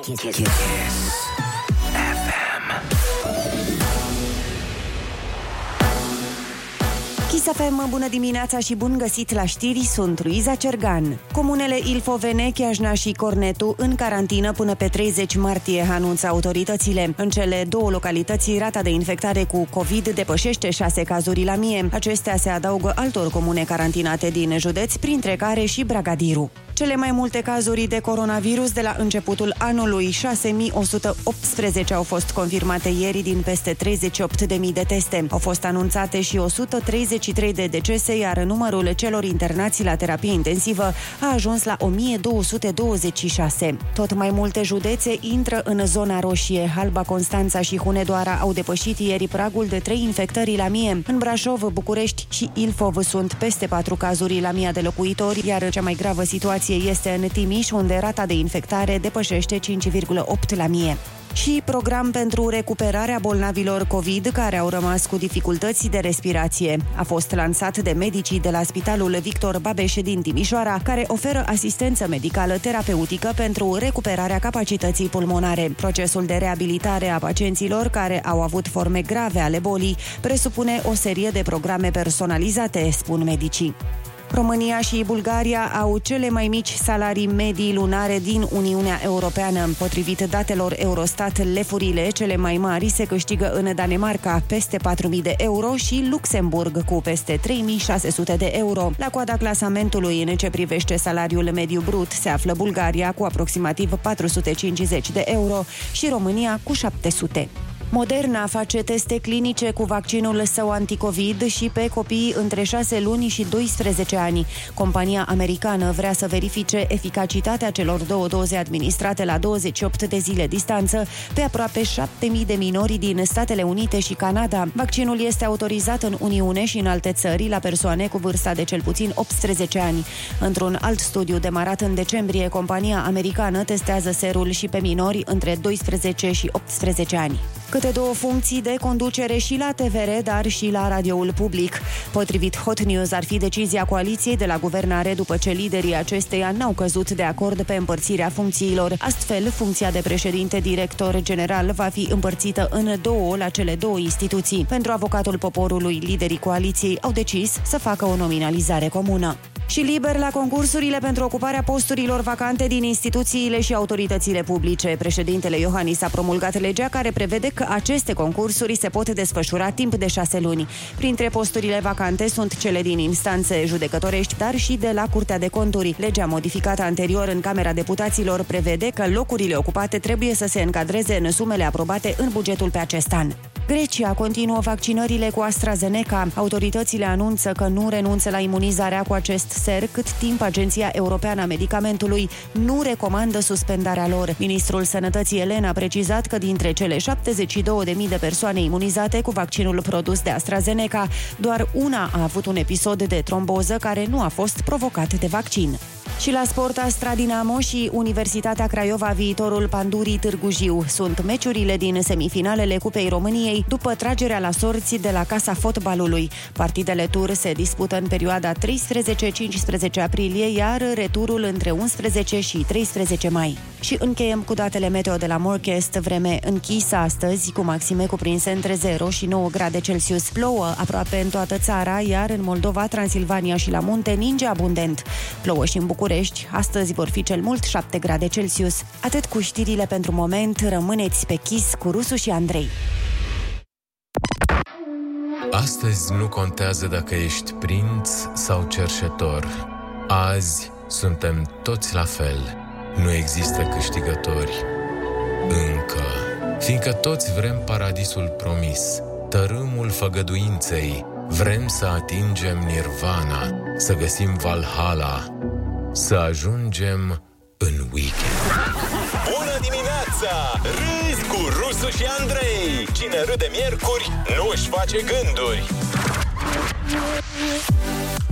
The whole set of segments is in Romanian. Kiss FM. Kiss FM, bună dimineața și bun găsit la știri, sunt Luiza Cergan. Comunele Ilfovene, Chiajna și Cornetu în carantină până pe 30 martie, anunță autoritățile. În cele două localități, rata de infectare cu COVID depășește 6 cazuri la mie. Acestea se adaugă altor comune carantinate din județ, printre care și Bragadiru. Cele mai multe cazuri de coronavirus de la începutul anului, 6118 au fost confirmate ieri din peste 38.000 de teste. Au fost anunțate și 133 de decese, iar numărul celor internați la terapie intensivă a ajuns la 1226. Tot mai multe județe intră în zona roșie. Halba, Constanța și Hunedoara au depășit ieri pragul de 3 infectări la mie. În Brașov, București și Ilfov sunt peste 4 cazuri la mia de locuitori, iar cea mai gravă situație este în Timiș, unde rata de infectare depășește 5,8 la mie și program pentru recuperarea bolnavilor COVID care au rămas cu dificultăți de respirație. A fost lansat de medicii de la Spitalul Victor Babeș din Timișoara, care oferă asistență medicală terapeutică pentru recuperarea capacității pulmonare. Procesul de reabilitare a pacienților care au avut forme grave ale bolii presupune o serie de programe personalizate, spun medicii. România și Bulgaria au cele mai mici salarii medii lunare din Uniunea Europeană. Potrivit datelor Eurostat, lefurile cele mai mari se câștigă în Danemarca, peste 4.000 de euro, și Luxemburg, cu peste 3.600 de euro. La coada clasamentului în ce privește salariul mediu brut se află Bulgaria cu aproximativ 450 de euro și România cu 700. Moderna face teste clinice cu vaccinul său anticovid și pe copiii între 6 luni și 12 ani. Compania americană vrea să verifice eficacitatea celor două doze administrate la 28 de zile distanță pe aproape 7.000 de minori din Statele Unite și Canada. Vaccinul este autorizat în Uniune și în alte țări la persoane cu vârsta de cel puțin 18 ani. Într-un alt studiu demarat în decembrie, compania americană testează serul și pe minori între 12 și 18 ani câte două funcții de conducere și la TVR, dar și la radioul public. Potrivit Hot News, ar fi decizia coaliției de la guvernare după ce liderii acesteia n-au căzut de acord pe împărțirea funcțiilor. Astfel, funcția de președinte director general va fi împărțită în două la cele două instituții. Pentru avocatul poporului, liderii coaliției au decis să facă o nominalizare comună și liber la concursurile pentru ocuparea posturilor vacante din instituțiile și autoritățile publice. Președintele Iohannis a promulgat legea care prevede că aceste concursuri se pot desfășura timp de șase luni. Printre posturile vacante sunt cele din instanțe judecătorești, dar și de la Curtea de Conturi. Legea modificată anterior în Camera Deputaților prevede că locurile ocupate trebuie să se încadreze în sumele aprobate în bugetul pe acest an. Grecia continuă vaccinările cu AstraZeneca. Autoritățile anunță că nu renunță la imunizarea cu acest ser cât timp Agenția Europeană a Medicamentului nu recomandă suspendarea lor. Ministrul Sănătății Elena a precizat că dintre cele 72.000 de persoane imunizate cu vaccinul produs de AstraZeneca, doar una a avut un episod de tromboză care nu a fost provocat de vaccin. Și la sport Astra Dinamo și Universitatea Craiova viitorul Pandurii Târgu Jiu sunt meciurile din semifinalele Cupei României după tragerea la sorți de la Casa Fotbalului. Partidele tur se dispută în perioada 13-15 aprilie, iar returul între 11 și 13 mai. Și încheiem cu datele meteo de la Morchest, vreme închisă astăzi, cu maxime cuprinse între 0 și 9 grade Celsius. Plouă aproape în toată țara, iar în Moldova, Transilvania și la munte ninge abundent. Plouă și în București, astăzi vor fi cel mult 7 grade Celsius. Atât cu știrile pentru moment, rămâneți pe chis cu Rusu și Andrei. Astăzi nu contează dacă ești prinț sau cerșetor. Azi suntem toți la fel. Nu există câștigători. Încă. Fiindcă toți vrem paradisul promis, tărâmul făgăduinței, vrem să atingem nirvana, să găsim Valhalla, să ajungem în weekend. Bună dimineața! Râzi cu Rusu și Andrei! Cine râde miercuri, nu-și face gânduri!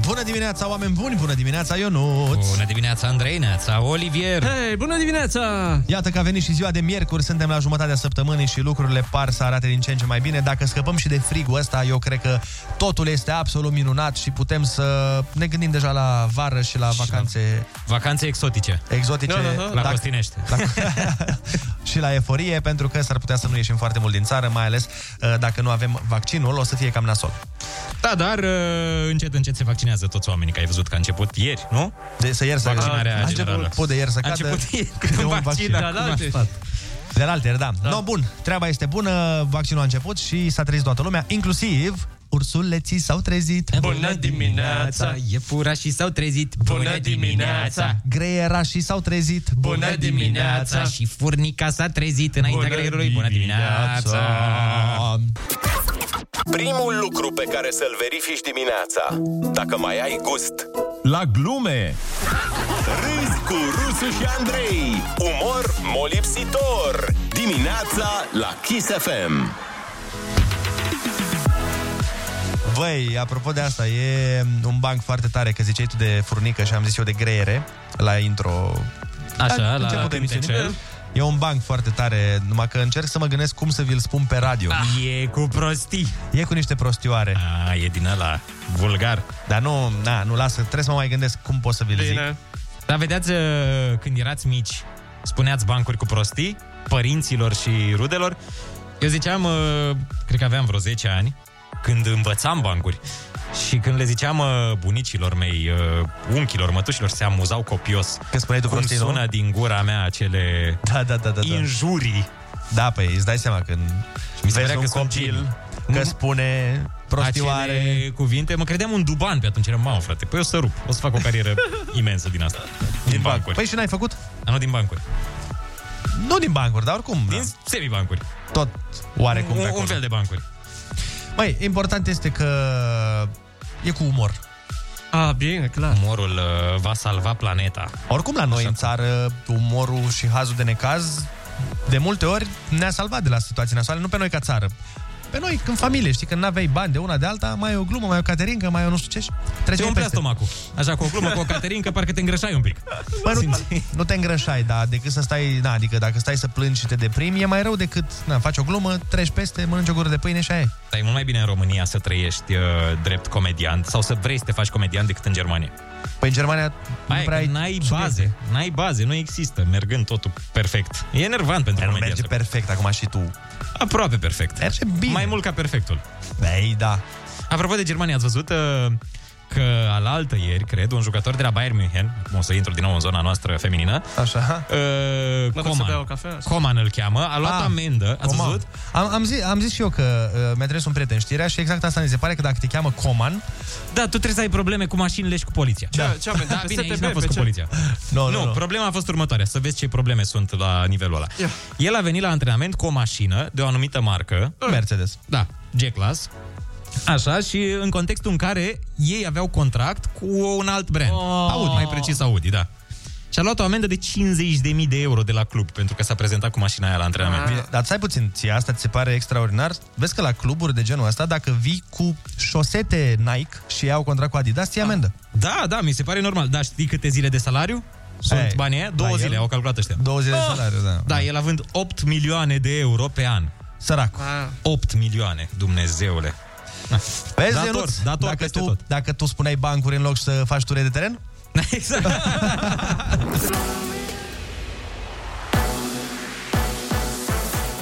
Bună dimineața, oameni buni! Bună dimineața, Ionuț! Bună dimineața, Andrei, neața, Olivier! Hei, bună dimineața! Iată că a venit și ziua de miercuri, suntem la jumătatea săptămânii și lucrurile par să arate din ce în ce mai bine. Dacă scăpăm și de frigul ăsta, eu cred că totul este absolut minunat și putem să ne gândim deja la vară și la vacanțe... Vacanțe exotice. Exotice. La Costinești. Dacă, și la eforie, pentru că s-ar putea să nu ieșim foarte mult din țară, mai ales uh, dacă nu avem vaccinul, o să fie cam nasol. Da, dar uh, încet, încet se vaccinează toți oamenii, că ai văzut că a început ieri, nu? De, să ieri să Vaccinarea a generală. început, pot de ieri să A cadă început ieri câte un vaccin, vaccin. da, da, Acum de- a stat. De la alter, da. da. No, bun, treaba este bună, vaccinul a început și s-a trezit toată lumea, inclusiv ursuleții s-au trezit. Bună dimineața! Iepurașii s-au trezit. Bună dimineața! Greierașii s-au trezit. Bună dimineața! Și furnica s-a trezit înaintea Bună greierului. Bună dimineața! Primul lucru pe care să-l verifici dimineața. Dacă mai ai gust. La glume Râzi cu Rusu și Andrei. Umor molipsitor. Dimineața la Kiss FM. Băi, apropo de asta, e un banc foarte tare, că ziceai tu de furnică și am zis eu de greiere la intro. Da, Așa, la început de Câte emisiune. Cel. E un banc foarte tare, numai că încerc să mă gândesc cum să vi-l spun pe radio. Ah, E cu prostii. E cu niște prostioare. A, Ah, e din ăla vulgar. Dar nu, na, nu lasă, trebuie să mă mai gândesc cum pot să vi-l zic. Bine. Dar vedeați, uh, când erați mici, spuneați bancuri cu prostii, părinților și rudelor. Eu ziceam, uh, cred că aveam vreo 10 ani, când învățam bancuri. Și când le ziceam uh, bunicilor mei, uh, unchilor, mătușilor, se amuzau copios. Că spuneai tu Cum prostii, nu? sună din gura mea acele Da, da, da, da. da. injurii. Da, păi îți dai seama când Mi vezi se părea un că sunt copil geni. Mm. că spune prostioare. Acele cuvinte. Mă credeam un duban pe atunci. Eram, mamă, frate, păi o să rup. O să fac o carieră imensă din asta. Din, din bancuri. Păi și n-ai făcut? A, nu din bancuri. Nu din bancuri, dar oricum. Din semibancuri. Da. Tot oarecum pe un, un acolo. fel de bancuri. Băi, important este că e cu umor. A, bine, clar. Umorul uh, va salva planeta. Oricum la noi în țară umorul și hazul de necaz de multe ori ne-a salvat de la situații nasoale, nu pe noi ca țară. Pe noi, când familie, știi, când n-aveai bani de una de alta, mai e o glumă, mai e o caterincă, mai e o nu știu ce și Te treceai umplea peste. stomacul. Așa, cu o glumă, cu o caterincă, parcă te îngrășai un pic. Bă, nu, Simți? nu te îngrășai, dar decât să stai, na, adică dacă stai să plângi și te deprimi, e mai rău decât, na, faci o glumă, treci peste, mănânci o gură de pâine și aia e. Dar e mult mai bine în România să trăiești uh, drept comediant sau să vrei să te faci comediant decât în Germania. Păi în Germania Aia, nu e prea că ai n-ai subiecte. baze, n-ai baze, nu există, mergând totul perfect. E enervant Dar pentru Păi nu comedian. merge perfect acum și tu. Aproape perfect. Merge bine. Mai mult ca perfectul. Băi, da. Apropo de Germania, ați văzut uh, că alaltă ieri, cred, un jucător de la Bayern München, acum o să intru din nou în zona noastră feminină, Așa. uh, Mă duc să Coman. beau o cafea. Coman îl cheamă, a luat Ah, amendă, ați Coman. văzut? Am, am, zis, am zis și eu că uh, mi-a trimis un prieten știrea și exact asta mi se pare că dacă te cheamă Coman... Da, tu trebuie să ai probleme cu mașinile și cu poliția. Ce- ce amendă? Da, Pe bine, aici STB, n-a fost pe cu ce? poliția. Nu, nu, nu, nu. problema a fost următoarea, să vezi ce probleme sunt la nivelul ăla. Ia. El a venit la antrenament cu o mașină de o anumită marcă, Ah. Mercedes. da, G-Class, așa, și în contextul în care ei aveau contract cu un alt brand. Oh. Audi, mai precis Audi, da. Și a luat o amendă de 50.000 de euro de la club pentru că s-a prezentat cu mașina aia la antrenament. Bine, dar stai puțin, ție asta ți se pare extraordinar? Vezi că la cluburi de genul ăsta, dacă vii cu șosete Nike și iau contract cu Adidas, ți amendă. Da, da, mi se pare normal. Da, știi câte zile de salariu? Sunt Ei, banii aia? la Două el? zile, au calculat ăștia. Două zile de salariu, da. Da, el având 8 milioane de euro pe an. Sărac. A, 8 milioane, Dumnezeule. Da, Vezi, Dator, Ionuț, dator dacă, peste tu, tot. dacă tu spuneai bancuri în loc să faci ture de teren? Exact.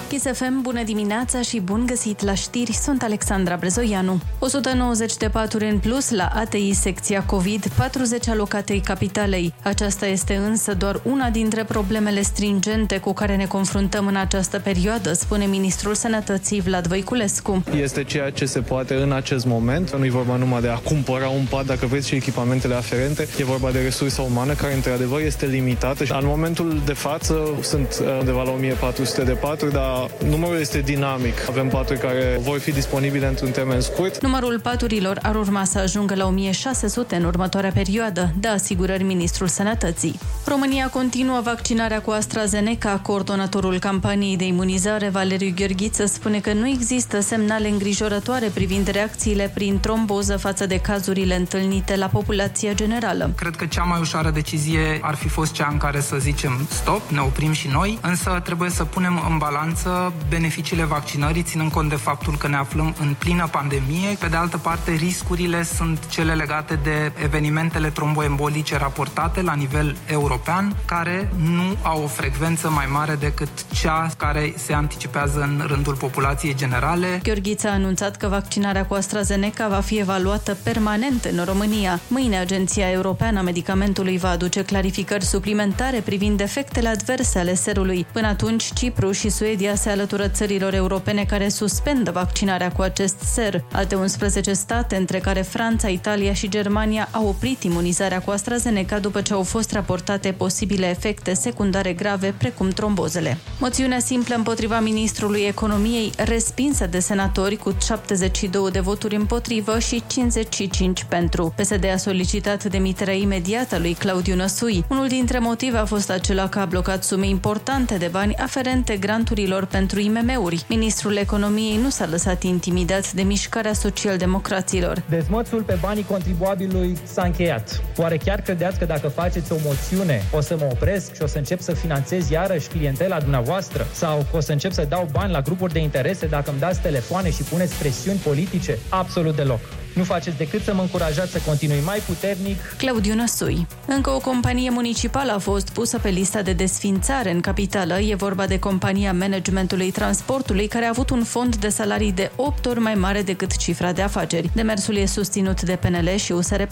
Kiss FM, bună dimineața și bun găsit la știri, sunt Alexandra Brezoianu. 190 de paturi în plus la ATI secția COVID, 40 alocatei capitalei. Aceasta este însă doar una dintre problemele stringente cu care ne confruntăm în această perioadă, spune Ministrul Sănătății Vlad Voiculescu. este ceea ce se poate în acest moment. Nu e vorba numai de a cumpăra un pat, dacă vreți, și echipamentele aferente. E vorba de resursa umană care, într-adevăr, este limitată. În momentul de față sunt uh, undeva la 1400 de paturi, dar numărul este dinamic. Avem paturi care vor fi disponibile într-un termen scurt. Numărul paturilor ar urma să ajungă la 1600 în următoarea perioadă, dă asigurări Ministrul Sănătății. România continuă vaccinarea cu AstraZeneca. Coordonatorul campaniei de imunizare, Valeriu Gheorghiță, spune că nu există semnale îngrijorătoare privind reacțiile prin tromboză față de cazurile întâlnite la populația generală. Cred că cea mai ușoară decizie ar fi fost cea în care să zicem stop, ne oprim și noi, însă trebuie să punem în balanță beneficiile vaccinării, ținând cont de faptul că ne aflăm în plină pandemie. Pe de altă parte, riscurile sunt cele legate de evenimentele tromboembolice raportate la nivel european, care nu au o frecvență mai mare decât cea care se anticipează în rândul populației generale. Gheorghiță a anunțat că vaccinarea cu AstraZeneca va fi evaluată permanent în România. Mâine, Agenția Europeană a Medicamentului va aduce clarificări suplimentare privind efectele adverse ale serului. Până atunci, Cipru și Suedia se alătură țărilor europene care suspendă vaccinarea cu acest ser. Alte 11 state, între care Franța, Italia și Germania, au oprit imunizarea cu AstraZeneca după ce au fost raportate posibile efecte secundare grave, precum trombozele. Moțiunea simplă împotriva ministrului economiei, respinsă de senatori cu 72 de voturi împotrivă și 55 pentru. PSD a solicitat demiterea imediată lui Claudiu Năsui. Unul dintre motive a fost acela că a blocat sume importante de bani aferente granturilor pentru IMM-uri. Ministrul Economiei nu s-a lăsat intimidat de mișcarea socialdemocraților. Dezmățul pe banii contribuabilului s-a încheiat. Oare chiar credeți că dacă faceți o moțiune o să mă opresc și o să încep să finanțez iarăși clientela dumneavoastră? Sau o să încep să dau bani la grupuri de interese dacă îmi dați telefoane și puneți presiuni politice? Absolut deloc. Nu faceți decât să mă încurajați să continui mai puternic. Claudiu Năsui. Încă o companie municipală a fost pusă pe lista de desfințare în capitală. E vorba de compania managementului transportului, care a avut un fond de salarii de 8 ori mai mare decât cifra de afaceri. Demersul e susținut de PNL și USR+.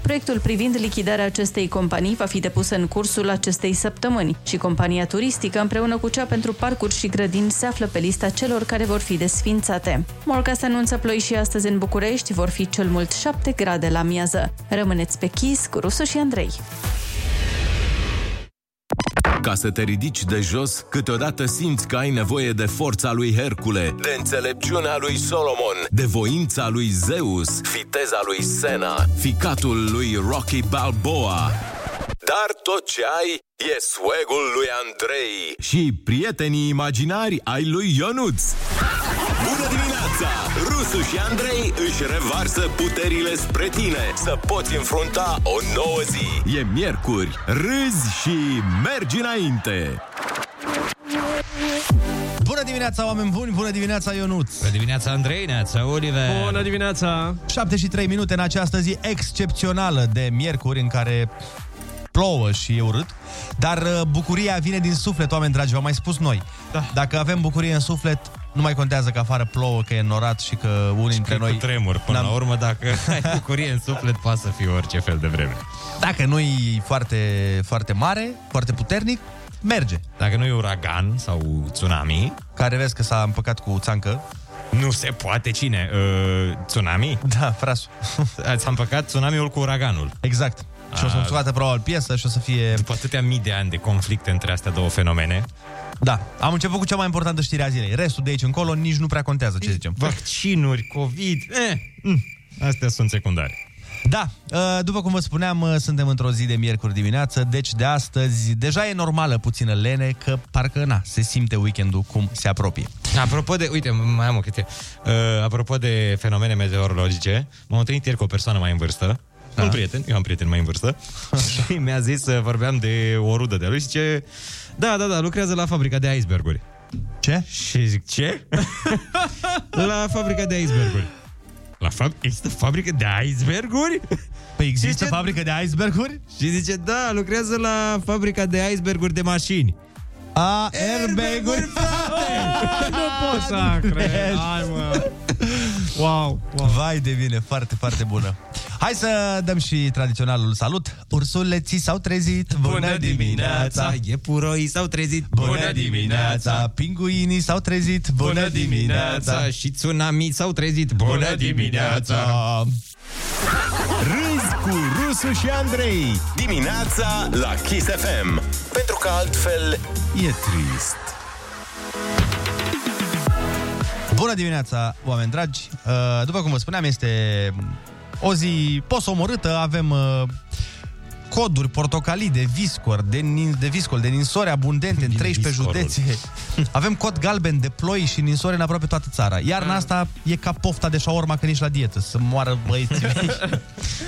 Proiectul privind lichidarea acestei companii va fi depus în cursul acestei săptămâni și compania turistică împreună cu cea pentru parcuri și grădini se află pe lista celor care vor fi desfințate. Morcast anunță ploi și astăzi în București, vor fi cel mult 7 grade la miază. Rămâneți pe chis cu Rusu și Andrei. Ca să te ridici de jos, câteodată simți că ai nevoie de forța lui Hercule, de înțelepciunea lui Solomon, de voința lui Zeus, viteza lui Sena, ficatul lui Rocky Balboa. Dar tot ce ai e swag lui Andrei și prietenii imaginari ai lui Ionuț. Bună dimineața! Rusu și Andrei își revarsă puterile spre tine să poți înfrunta o nouă zi. E miercuri, râzi și mergi înainte! Bună dimineața, oameni buni! Bună dimineața, Ionuț! Bună dimineața, Andrei, neața, Oliver! Bună dimineața! 73 minute în această zi excepțională de miercuri în care plouă și e urât, dar uh, bucuria vine din suflet, oameni dragi, v-am mai spus noi. Da. Dacă avem bucurie în suflet, nu mai contează că afară plouă, că e norat și că unii și dintre noi... tremur, până la urmă, dacă ai bucurie în suflet, poate să fie orice fel de vreme. Dacă nu e foarte, foarte mare, foarte puternic, merge. Dacă nu e uragan sau tsunami... Care vezi că s-a împăcat cu țancă, nu se poate cine? Uh, tsunami? Da, frasul. Ați împăcat tsunamiul cu uraganul. Exact. Și o să scoată probabil piesă și o să fie... După atâtea mii de ani de conflicte între astea două fenomene. Da, am început cu cea mai importantă știre a zilei. Restul de aici încolo nici nu prea contează ce zicem. Vaccinuri, COVID, eh, mm, astea sunt secundare. Da, după cum vă spuneam, uh, suntem într-o zi de miercuri dimineață, deci de astăzi deja e normală puțină lene, că parcă, na, se simte weekendul cum se apropie. Apropo de, uite, mai am o chestie. Uh, apropo de fenomene meteorologice, m-am întâlnit ieri cu o persoană mai în vârstă, da. un prieten, eu am prieten mai în vârstă, și mi-a zis, uh, vorbeam de o rudă de-a lui, zice, da, da, da, lucrează la fabrica de iceberguri. Ce? Și zic, ce? la fabrica de iceberguri. La fab- există fabrică de iceberguri? Păi există zice, fabrică de iceberguri? Și zice, da, lucrează la fabrica de iceberguri de mașini. A, airbag-uri, frate! nu pot să cred. Hai, mă. Wow, wow. Vai de bine, foarte, foarte bună. Hai să dăm și tradiționalul salut. Ursuleții s-au trezit, bună, bună dimineața. Iepuroii s-au trezit, bună dimineața. Pinguinii s-au trezit, bună dimineața. Și tsunami s-au trezit, bună dimineața. Râzi cu Rusu și Andrei Dimineața la Kiss FM Pentru că altfel e trist Bună dimineața, oameni dragi! Uh, După cum vă spuneam, este o zi posomorâtă, avem uh, coduri portocalii de viscor, de, nin, de viscol, de ninsori abundente în 13 viscorul. județe. Avem cod galben de ploi și ninsori în aproape toată țara. Iarna asta e ca pofta de șaorma când ești la dietă, să moară băieții.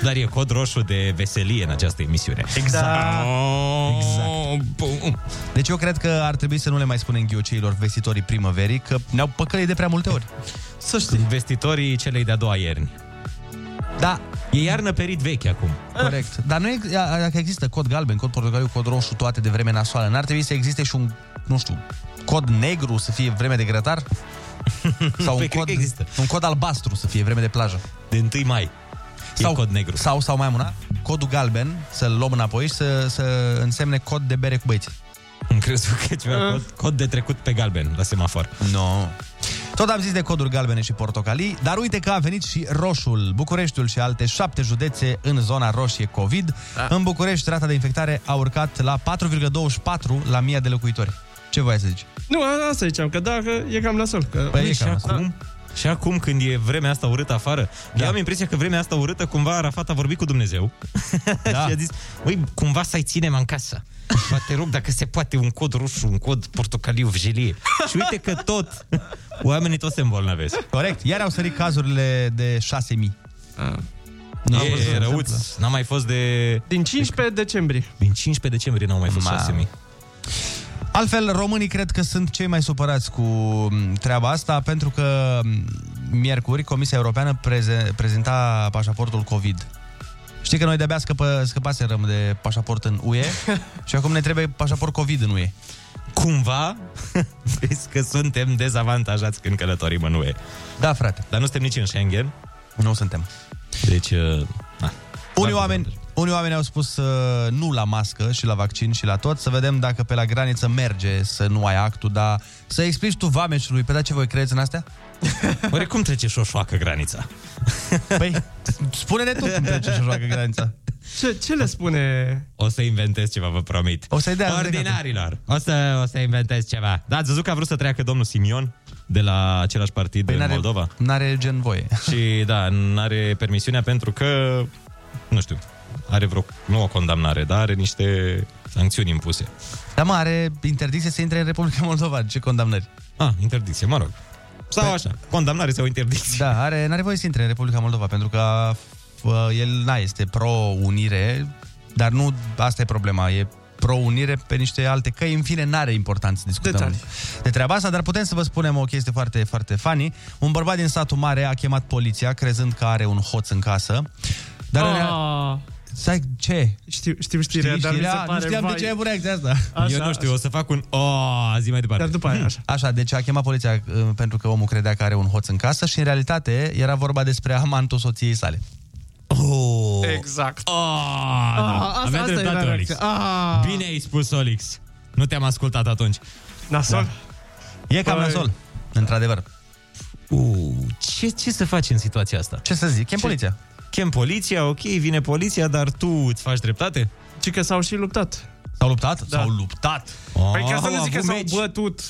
Dar e cod roșu de veselie în această emisiune. Da. Exact. Deci eu cred că ar trebui să nu le mai spunem ghioceilor vestitorii primăverii, că ne-au păcălit de prea multe ori. Să știi. Vestitorii celei de-a doua ierni. Da. E iarnă perit vechi acum. Ah. Corect. Dar nu e, a- dacă există cod galben, cod portocaliu, cod roșu, toate de vreme nasoală, n-ar trebui să existe și un, nu știu, cod negru să fie vreme de grătar? Sau un Păi, cred cod, că există. un cod albastru să fie vreme de plajă? De 1 mai. Sau, cod negru. Sau, sau mai una, codul galben, să-l luăm înapoi și să, să însemne cod de bere cu băieții. Am crezut că e ceva cod, cod de trecut pe galben la semafor. Nu. No. Tot am zis de coduri galbene și portocalii, dar uite că a venit și roșul. Bucureștiul și alte șapte județe în zona roșie COVID. Da. În București, rata de infectare a urcat la 4,24 la 1000 de locuitori. Ce voiai să zici? Nu, a- asta ziceam, că da, că e cam nasol. Că... Păi e și cam acum, și acum când e vremea asta urâtă afară, da. eu am impresia că vremea asta urâtă cumva Arafat a vorbit cu Dumnezeu da. și a zis, măi, cumva să-i ținem în casă. Poate rog dacă se poate un cod roșu, un cod portocaliu, vigilie. Și uite că tot, oamenii tot se îmbolnăvesc. Corect. Iar au sărit cazurile de 6000. N-am văzut e ce răuț, n-a mai fost de... Deci- Din 15 decembrie. Din 15 decembrie n-au mai fost Mamă. 6.000. Altfel, românii cred că sunt cei mai supărați cu m, treaba asta, pentru că m, miercuri Comisia Europeană preze- prezenta pașaportul COVID. Știi că noi de-abia scăpă, scăpaserăm de pașaport în UE și acum ne trebuie pașaport COVID în UE. Cumva, vezi că suntem dezavantajați când călătorim în UE. Da, frate. Dar nu suntem nici în Schengen. Nu suntem. Deci, uh, na. Unii oameni, unii oameni au spus uh, nu la mască și la vaccin și la tot, să vedem dacă pe la graniță merge să nu ai actul, dar să explici tu vameșului, pe da ce voi credeți în astea? Oare cum trece șoșoacă granița? Păi, spune-ne tu cum trece și joacă granița. Da. Ce, ce le spune? O să inventez ceva, vă promit. O să-i dea Ordinarilor, o să, o să inventez ceva. Da, ați văzut că a vrut să treacă domnul Simion de la același partid păi în n-are- Moldova? N-are gen voie. Și da, n-are permisiunea pentru că, nu știu, are vreo, nu o condamnare, dar are niște sancțiuni impuse. Dar mă, are interdicție să intre în Republica Moldova. Ce condamnări? Păi- Ah, interdicție, mă rog. Sau așa, condamnare sau interdicție. Da, are, n-are voie să intre în Republica Moldova, pentru că uh, el na, este pro-unire, dar nu asta e problema, e pro-unire pe niște alte căi. În fine, n-are importanță discutăm Detalii. de treaba asta, dar putem să vă spunem o chestie foarte, foarte funny. Un bărbat din satul mare a chemat poliția, crezând că are un hoț în casă. Dar în rea- Ah, Stai, ce? știu, știu știrea, Știi dar mi se știrea? pare... Nu știam de vai. ce ai avut reacția asta. Așa, Eu nu știu, o să fac un o, zi mai departe. Dar după aia, așa. Așa, deci a chemat poliția uh, pentru că omul credea că are un hoț în casă și în realitate era vorba despre amantul soției sale. Oh, Exact. oh, da. asta- Avea asta era dreptate, Olix. reacția. Ah. Bine ai spus, Olix. Nu te-am ascultat atunci. Da. Nasol? E cam Păi. nasol, într-adevăr. Uh, ce, ce să faci în situația asta? Ce să zic, chem poliția. Chem poliția, ok, vine poliția, dar tu îți faci dreptate? Ci că s-au și luptat. Da. S-au luptat? S-au luptat. Păi ca să Ah, Au nu zic că avut s-au meci. bătut.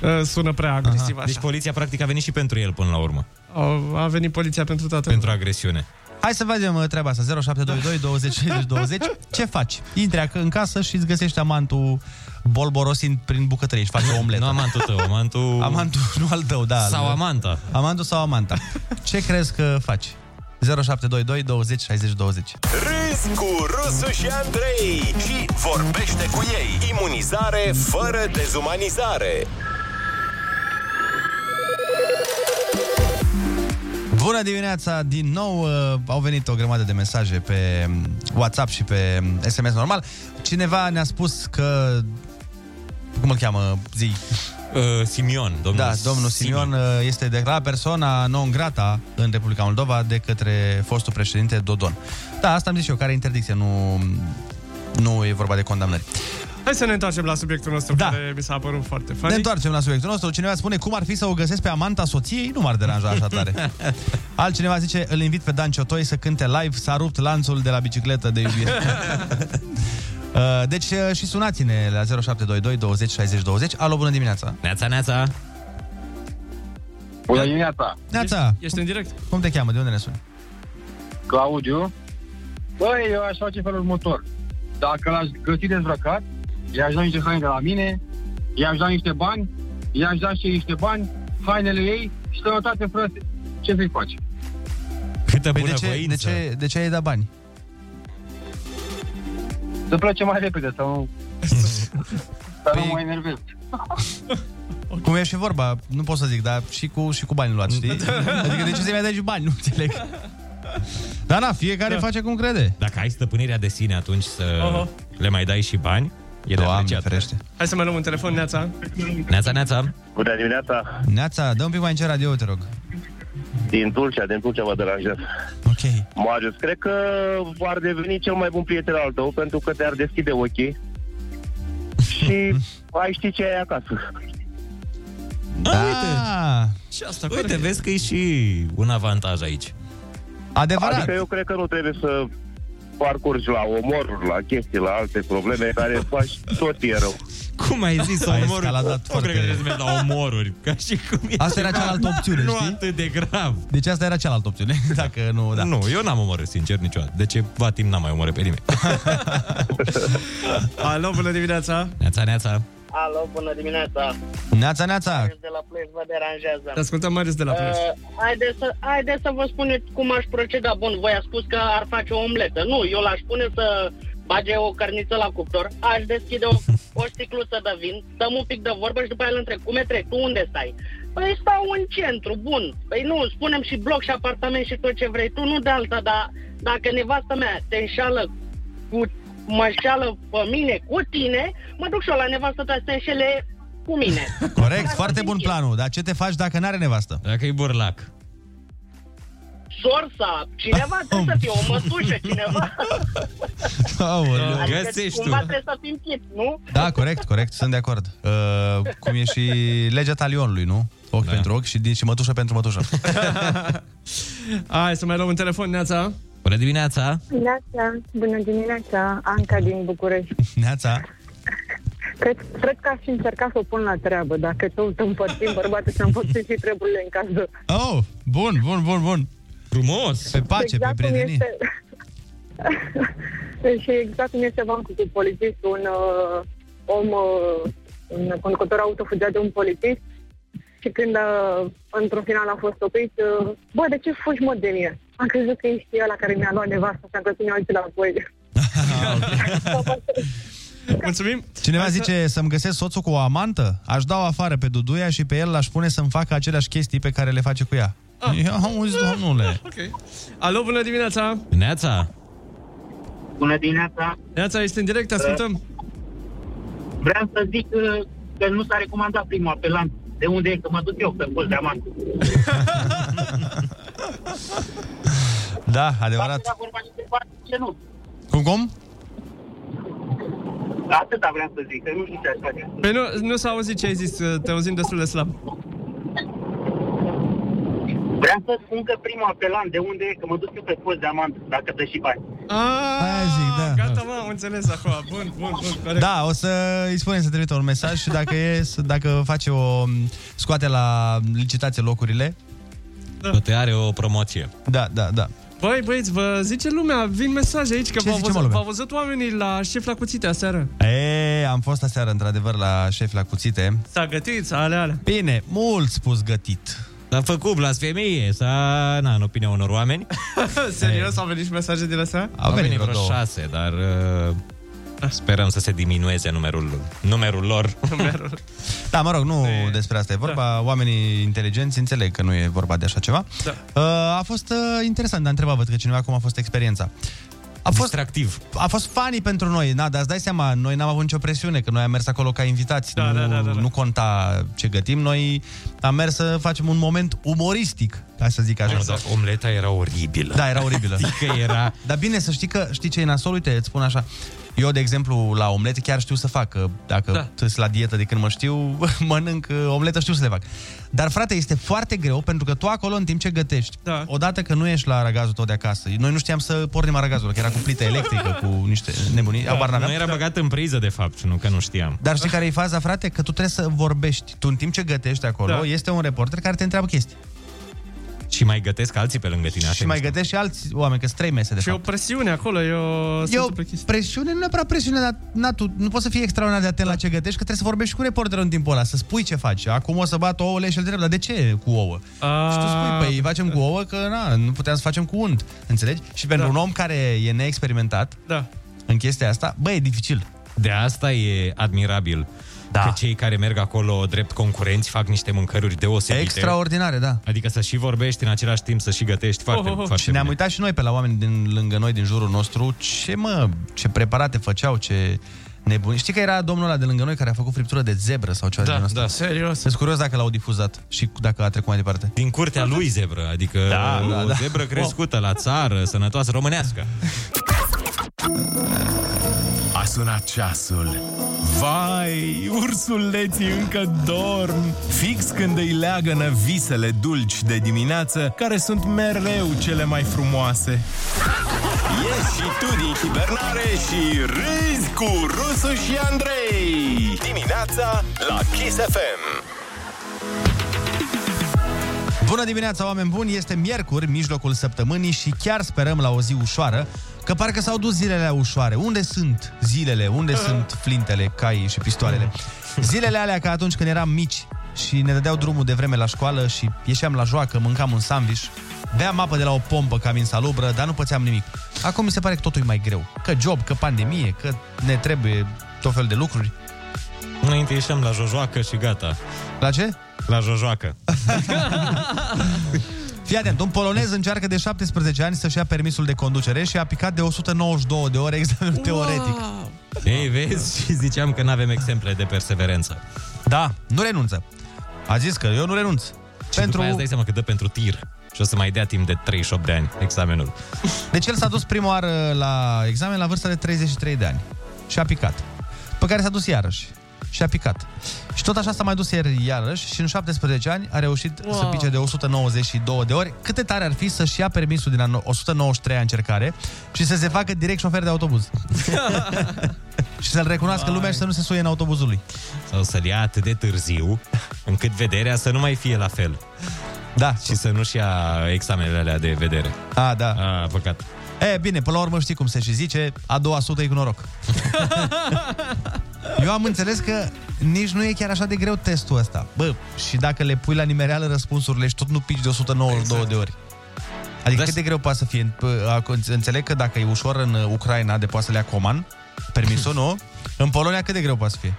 bătut. Uh, Sună prea agresiv așa. Deci poliția practic a venit și pentru el până la urmă, Au- A venit poliția pentru toată. pentru agresiune. Hai să vedem uh, treaba asta, 0722 20 60 20. Ce faci? Intri ac- în casă și îți găsești amantul bolborosind prin bucătărie și faci o omletă. Nu amantul tău, amantul... Amantul, nu al tău, da. al- Sau amanta. Amantul sau amanta. Ce crezi că faci? 0722 20 60 20. Râzi cu Rusu și Andrei și vorbește cu ei. Imunizare fără dezumanizare. Bună dimineața! Din nou uh, au venit o grămadă de mesaje pe mm, WhatsApp și pe mm, SMS normal. Cineva ne-a spus că... Cum îl cheamă? Zi. Uh, Simion, domnul Da, domnul Simion uh, este declarat persona non grata în Republica Moldova de către fostul președinte Dodon. Da, asta am zis și eu, care interdicție, nu, nu e vorba de condamnări. Hai să ne întoarcem la subiectul nostru, Păi- Da. care mi s-a părut foarte Ne funny. întoarcem la subiectul nostru. Cineva spune cum ar fi să o găsesc pe amanta soției, nu m-ar deranja așa tare. Altcineva zice, îl invit pe Dan Ciotoi să cânte live, s-a rupt lanțul de la bicicletă de iubire. Uh, Deci uh, și sunați-ne la 0722 20 60 20. Alo, bună dimineața! Neața, neața. Bună dimineața! Neața! Ești în direct? Cum te cheamă? De unde ne suni? Claudiu. Băi, eu aș face felul următor. Dacă l-aș găsi dezbrăcat, i-aș da niște haine de la mine, i-aș da niște bani, i-aș da și ei niște bani, hainele ei și sănătate, frate. Ce să-i faci? Câtă păi de ce, de, ce, de ce ai dat bani? Să plece mai repede, să nu, să nu mă enervez. Păi- Cum e și vorba, nu pot să zic, dar și cu, și cu bani luați, știi? Adică de ce să-i mai dai și bani, nu înțeleg. Da, na, fiecare da. face cum crede. Dacă ai stăpânirea de sine, atunci să uh-huh. le mai dai și bani. E de apreciat. ferește. Hai să mai luăm un telefon, Neața. Neața, Neața. Bună dimineața! Neața, dă un pic mai încet radio, te rog. Din Tulcea, din Tulcea vă deranjez. Ok. Marius, cred că ar deveni cel mai bun prieten al tău, pentru că te-ar deschide ochii și ai ști ce ai acasă. Da, uite. Și asta, Uite, corect. vezi că e și un avantaj aici. Adevărat. Adică eu cred că nu trebuie să parcurgi la omoruri, la chestii, la alte probleme care faci tot e rău. Cum ai zis Ai omoruri? escaladat nu foarte- cred că trebuie să mergi la omoruri, ca și cum e Asta era ceva cealaltă opțiune, Nu știi? atât de grav. Deci asta era cealaltă opțiune, dacă nu, da. Nu, eu n-am omorât, sincer, niciodată. De ceva timp n-am mai omorât pe nimeni. Alo, bună dimineața! Neața, neața. Alo, bună dimineața! Neața, neața! Marius de la Pleș vă deranjează. Te ascultăm, Marius, de la Pleș. Uh, haideți, să, haideți să vă spun eu cum aș proceda. Bun, voi ați spus că ar face o omletă. Nu, eu l-aș pune să bage o cărniță la cuptor, aș deschide o, o sticluță de vin, stăm un pic de vorbă și după aia îl întreb, cum e trec, tu unde stai? Păi stau în centru, bun. Păi nu, spunem și bloc și apartament și tot ce vrei tu, nu de alta, dar dacă nevastă mea te înșală cu, mă înșală pe mine cu tine, mă duc și eu la nevastă ta să te înșele cu mine. Corect, foarte bun planul, dar ce te faci dacă n-are nevastă? Dacă e burlac. Sorsa, cineva trebuie să fie, o mătușă, cineva. Aoleu. Adică cumva trebuie să fim chit, nu? Da, corect, corect, sunt de acord. Uh, cum e și legea talionului, nu? Ochi da. pentru ochi și, din- și mătușă pentru mătușă. Hai să mai luăm un telefon, Neața. Bună dimineața! Dimineața, bună dimineața, Anca din București. Neața. Cred, cred că aș încerca să o pun la treabă, dacă tot împărțim bărbatul și am împărțit și treburile în casă. Oh, bun, bun, bun, bun. Frumos! Pe pace, exact pe cum prietenie. Este... și exact cum este bancul cu polițist, un uh, om, uh, un conducător auto fugea de un polițist și când uh, într-un final a fost oprit, uh, bă, de ce fugi mă de mine? Am crezut că ești ăla care mi-a luat nevasta și am crezut că mi-a uitat la voi. Mulțumim! Cineva zice să-mi găsesc soțul cu o amantă, aș da-o afară pe Duduia și pe el l-aș pune să-mi facă aceleași chestii pe care le face cu ea. Ah. Ia, auzi, domnule. Ok. Alo, bună dimineața! Neața! Bună dimineața! Neața, ești în direct, te ascultăm. Vreau să zic uh, că nu s-a recomandat primul apelant. De unde e? Că mă duc eu să văd de amant. Da, adevărat. Era vorba niște bani, ce nu. Cum, cum? Atâta vreau să zic, că nu știu ce aș face. Păi nu, nu s-a auzit ce ai zis, te auzim destul de slab. Vreau să spun că primul apelant, de unde e? Că mă duc eu pe post de amant, dacă dă și bani. Ah, zic, da. Gata, mă, am înțeles acum. Bun, bun, bun. corect. Da, o să îi spunem să trimită un mesaj și dacă, e, să- dacă face o scoate la licitație locurile. Da. Toate are o promoție. Da, da, da. Băi, băieți, vă zice lumea, vin mesaje aici că Ce v-au zice, mă, văzut, lumea? v-au văzut oamenii la șef la cuțite aseară. E, am fost aseară, într-adevăr, la șef la cuțite. S-a gătit, s-a alea, alea. Bine, mult spus gătit. S-a făcut blasfemie, s-a... Na, în opinia unor oameni. Eh, Serios, au venit și mesaje din astea? Au venit vreo vreo două. șase, dar... uh, Da. Sperăm să se diminueze numărul, numărul lor. Da, mă rog, nu despre asta e vorba. Oamenii inteligenți înțeleg că nu e vorba de așa ceva. Da. Uh, a fost uh, interesant, dar întreba văd că cineva cum a fost experiența. A fost, Distractiv. a fost funny pentru noi, na, dar îți dai seama, noi n-am avut nicio presiune, că noi am mers acolo ca invitați, Da, nu, da, da, da, da. nu conta ce gătim, noi am mers să facem un moment umoristic, ca să zic așa. Mamă, Da, Exact. dar Omleta era oribilă. Da, era oribilă. Adică era... Dar bine, să știi că, știi ce e nasol? Uite, îți spun așa. Eu, de exemplu, la omlete chiar știu să fac. că Dacă da. sunt la dietă de când mă știu, mănânc uh, omletă, știu să le fac. Dar, frate, este foarte greu pentru că tu acolo, în timp ce gătești, da. odată că nu ești la aragazul tău de acasă, noi nu știam să pornim aragazul, că era cu plită electrică, cu niște nebunii. Da, abar n-aveam. nu era băgat în priză, de fapt, nu că nu știam. Dar știi care e faza, frate? Că tu trebuie să vorbești. Tu în timp ce gătești acolo, Da. da. este un reporter care te întreabă chestii. Și mai gătesc alții pe lângă tine. și mai gătești și alți oameni, că sunt trei mese, de Și e o fapt. presiune acolo, e o... E o presiune, nu neapărat presiune, dar na, tu nu poți să fii extraordinar de atent la ce gătești, că trebuie să vorbești cu reporterul în timpul ăla, să spui ce faci. Acum o să bat ouăle și îl întreb, dar de ce cu ouă? A... Și tu spui, păi îi facem cu ouă, că na, nu puteam să facem cu unt, înțelegi? Și pentru un om care e neexperimentat da. în chestia asta, băi, e dificil. De asta e admirabil. Da. Că cei care merg acolo drept concurenți fac niște mâncăruri deosebite. Extraordinare, da. Adică să și vorbești în același timp, să și gătești foarte, oh, oh, oh. foarte și ne-am bine. uitat și noi pe la oameni din lângă noi, din jurul nostru, ce mă, ce preparate făceau, ce nebuni. Știi că era domnul ăla de lângă noi care a făcut friptură de zebră sau ceva Da, din asta? da, serios. Sunt curios dacă l-au difuzat și dacă a trecut mai departe. Din curtea lui zebră, adică da, da, da. zebră crescută la țară, sănătoasă, românească. A sunat ceasul. Vai, ursuleții încă dorm. Fix când îi leagănă visele dulci de dimineață, care sunt mereu cele mai frumoase. Ieși și tu din hibernare și râzi cu Rusu și Andrei. Dimineața la Kiss FM. Bună dimineața, oameni buni! Este miercuri, mijlocul săptămânii și chiar sperăm la o zi ușoară, că parcă s-au dus zilele ușoare. Unde sunt zilele? Unde Ah. sunt flintele, caii și pistoalele? Zilele alea ca atunci când eram mici și ne dădeau drumul de vreme la școală și ieșeam la joacă, mâncam un sandwich, beam apă de la o pompă cam insalubră, dar nu pățeam nimic. Acum mi se pare că totul e mai greu. Că job, că pandemie, că ne trebuie tot fel de lucruri. Înainte ieșeam la jojoacă și gata. La ce? La jojoacă. Fii atent, un polonez încearcă de 17 ani să-și ia permisul de conducere și a picat de 192 de ore examenul wow. teoretic. Ei, vezi? Și ziceam că nu avem exemple de perseverență. Da, nu renunță. A zis că eu nu renunț. Și pentru... după aia îți dai seama că dă pentru tir. Și o să mai dea timp de 38 de ani examenul. Deci el s-a dus prima oară la examen la vârsta de 33 de ani și a picat. Pe care s-a dus iarăși și a picat. Și tot așa s-a mai dus ieri iarăși și în 17 ani a reușit wow. să Wow. pice de 192 de ori. Cât de tare ar fi să-și ia permisul din a 193 încercare și să se facă direct șofer de autobuz. și să-l recunoască Vai. lumea și să nu se suie în autobuzul lui. Sau să-l ia atât de târziu, încât vederea să nu mai fie la fel. Da. Și să nu-și ia examenele alea de vedere. A, da. A, păcat. E, bine, până la urmă știi cum se și zice, a doua sută e cu noroc. Eu am înțeles că nici nu e chiar așa de greu testul ăsta. Bă, și dacă le pui la nimereală răspunsurile și tot nu pici de 192 exact. de ori. Adică cât de greu poate să fie? P- ac- Înțeleg că dacă e ușor în uh, Ucraina de poate să le ia coman, permisul nu, în Polonia cât de greu poate să fie?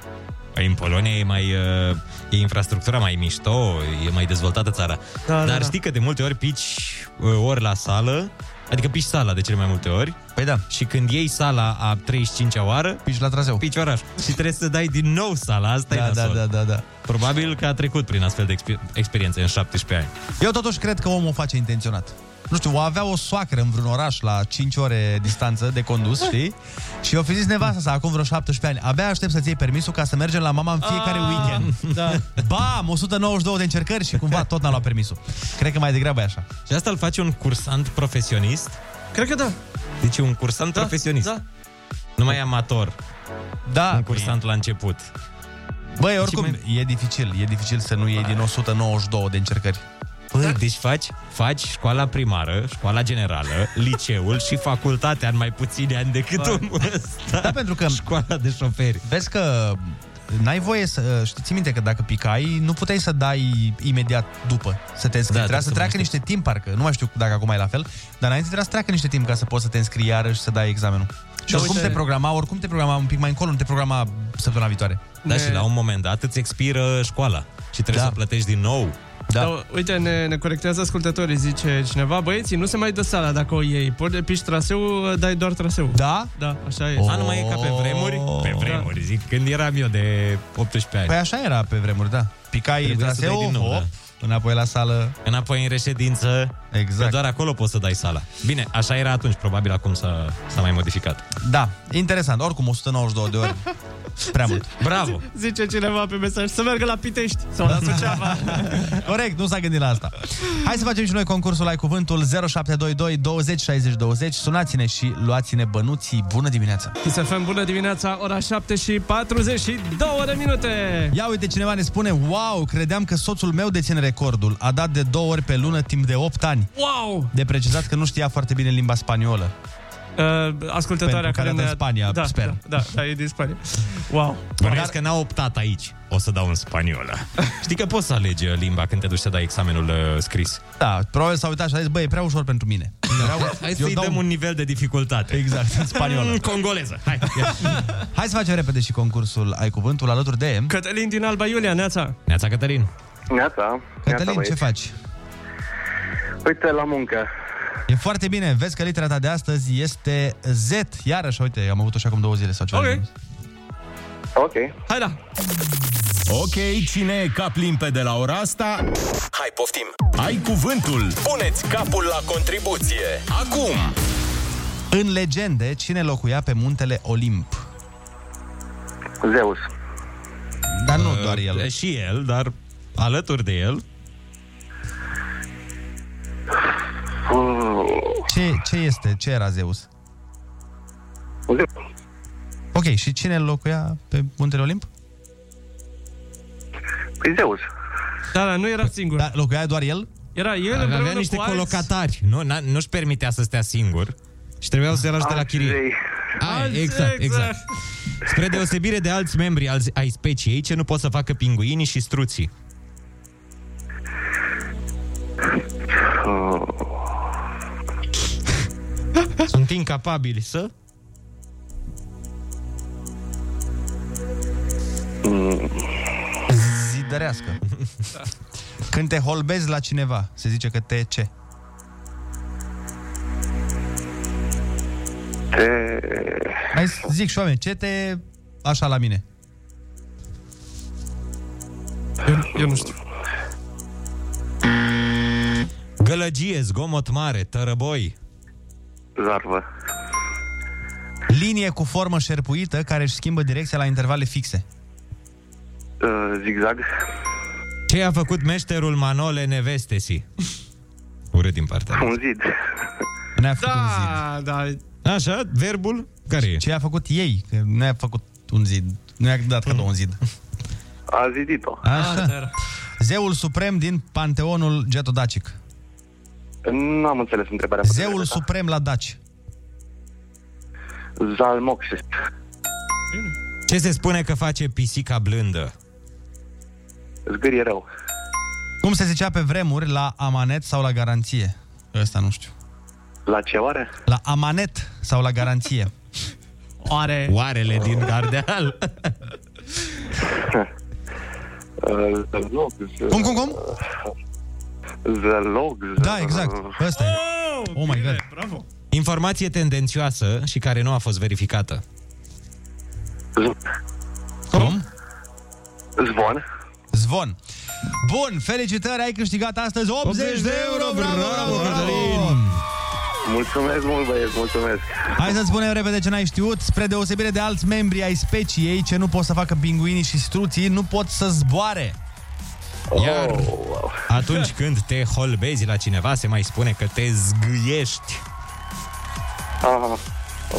Păi în Polonia e mai uh, e infrastructura mai mișto, e mai dezvoltată țara. Da, da, Dar da. știi că de multe ori pici uh, ori la sală, adică pici sala de cele mai multe ori. Păi da. Și când iei sala a 35-a oară, pici la traseu. Pici oraș. Și trebuie să dai din nou sala, Da, asta e da, nasol. da, da, da. Probabil că a trecut prin astfel de exper- experiențe în 17 ani. Eu totuși cred că omul o face intenționat. Nu știu, o avea o soacră în vreun oraș la 5 ore distanță de condus, știi? Și eu fi zis nevasta sa acum vreo 17 ani, abia aștept să-ți iei permisul ca să mergem la mama în Ah, fiecare weekend. Da. Bam, 192 de încercări și cumva tot n-a luat permisul. Cred că mai degrabă e așa. Și asta îl face un cursant profesionist? Cred că da. Deci e un cursant da, profesionist. Da. Nu mai e amator. Da. Un cursant la început. Băi, oricum, e dificil, e dificil să nu iei din 192 de încercări. Băi, deci faci, faci școala primară, școala generală, liceul și facultatea în mai puține ani decât Bă. omul ăsta. Da, pentru că... Școala de șoferi. Vezi că n-ai voie să... Știi, ții minte că dacă picai, nu puteai să dai imediat după să te înscrii. Da, trebuia să treacă niște timp, parcă. Nu mai știu dacă acum e la fel, dar înainte trebuia să treacă niște timp ca să poți să te înscrii iarăși să dai examenul. Și Da, oricum uite- te programa, oricum te programa un pic mai încolo, nu te programa săptămâna viitoare. Da, și la un moment dat îți expiră școala și trebuie Da. să plătești din nou. Da. Dar, uite, ne, ne corectează ascultătorii, zice cineva, băieții, nu se mai dă sala dacă o iei, pur de piși traseu, dai doar traseu. Da? Da, așa e. A, nu mai e ca pe vremuri? Pe vremuri, zic, când eram eu de 18 ani. Oh. Păi așa era pe vremuri, da. Picai Trebuia să dai traseu, din nou, hop, da. Înapoi la sală. Înapoi în reședință. Exact. Că doar acolo poți să dai sala. Bine, așa era atunci, probabil acum s-a, s-a mai modificat. Da, interesant. Oricum, 192 de ori. Prea mult. Bravo! Da. Zice cineva pe mesaj să meargă la Pitești sau la Suceava. Corect, nu s-a gândit la asta. Hai să facem și noi concursul Ai Cuvântul 0722 20 60 20. Sunați-ne și luați-ne bănuții. Bună dimineața! Chisafem, bună dimineața, ora 7 și 42 de minute! Ia uite, cineva ne spune, wow, credeam că soțul meu deține recordul. A dat de două ori pe lună timp de 8 ani. Wow! De precizat că nu știa foarte bine limba spaniolă. Uh, ascultătoarea care Pentru că arată ne-a... în Spania, da, sper. Da, da, da, e din Spania. Wow. Bănuiesc că n-a optat aici. O să dau în spaniolă. Știi că poți să alegi uh, limba când te duci să dai examenul uh, scris. Da, probabil s-a uitat și a zis, băi, e prea ușor pentru mine. Da. Prea Hai să-i dăm un nivel de dificultate. Exact, în spaniolă. Mm, Congoleză. Hai. ia. Hai să facem repede și concursul Ai Cuvântul alături de... Cătălin din Alba Iulia, neața. Neața, Cătălin. Neața. Neața, Cătălin, băieți. ce faci? Uite, Păi la muncă. E foarte bine, vezi că litera ta de astăzi este Z, iarăși, uite, am avut-o și acum două zile sau ceva. Ok. Ok. Hai da. Ok, cine e cap limpede la ora asta? Hai, poftim! Ai cuvântul! Puneți capul la contribuție! Acum! În legende, cine locuia pe muntele Olimp? Zeus. Dar nu doar el. Uh, Și el, dar alături de el. Hmm. Ce, ce este? Ce era Zeus? Ok, și cine locuia pe muntele Olimp? Păi Zeus. Da, da, nu era singur. Da, locuia doar el? Era el Avea împreună niște cu alți... colocatari. Nu, n- nu-și permitea să stea singur. Și trebuiau să-l ajute la chirie. Ai, Alți, exact. exact, exact. Spre deosebire de alți membri alți- ai speciei, ce nu pot să facă pinguinii și struții. Sunt incapabili să... Zidărească. Da. Când te holbezi la cineva, se zice că te ce? Te... Hai să zic și oameni, ce te... așa la mine? Eu nu știu. Gălăgie, zgomot mare, tărăboi. Zarvă. Linie cu formă șerpuită care își schimbă direcția la intervale fixe. Uh, zigzag. Ce a făcut meșterul Manole Nevestesi? Urât din partea Un zid. Ne-a făcut da, un zid. da. Așa, verbul care e? Ce a făcut ei, că ne-a făcut un zid. Ne-a dat cadou un zid. A zidit-o. Așa. Zeul suprem din panteonul getodacic. Nu am înțeles întrebarea. Zeul suprem la daci. Zalmoxis. Ce se spune că face pisica blândă? Zgârie rău. Cum se zicea pe vremuri la amanet sau la garanție? Ăsta nu știu. La ce oare? La amanet sau la garanție? Oare... Oarele din Ardeal. Uh, zalog. Cum, cum, cum? Zalog. Da, exact. Ăsta e. Oh my god. Bravo. Informație tendențioasă și care nu a fost verificată. Cum? Zvon. Zvon. Bun, felicitări, ai câștigat astăzi 80 de euro. Bravo, bravo, bravo. Mulțumesc mult, băieți, mulțumesc. Hai să spunem repede ce n-ai știut. Spre deosebire de alți membri ai speciei, ce nu pot să facă pinguinii și struții, nu pot să zboare. Iar Oh, atunci când te holbezi la cineva, se mai spune că te zgâiești. Aha.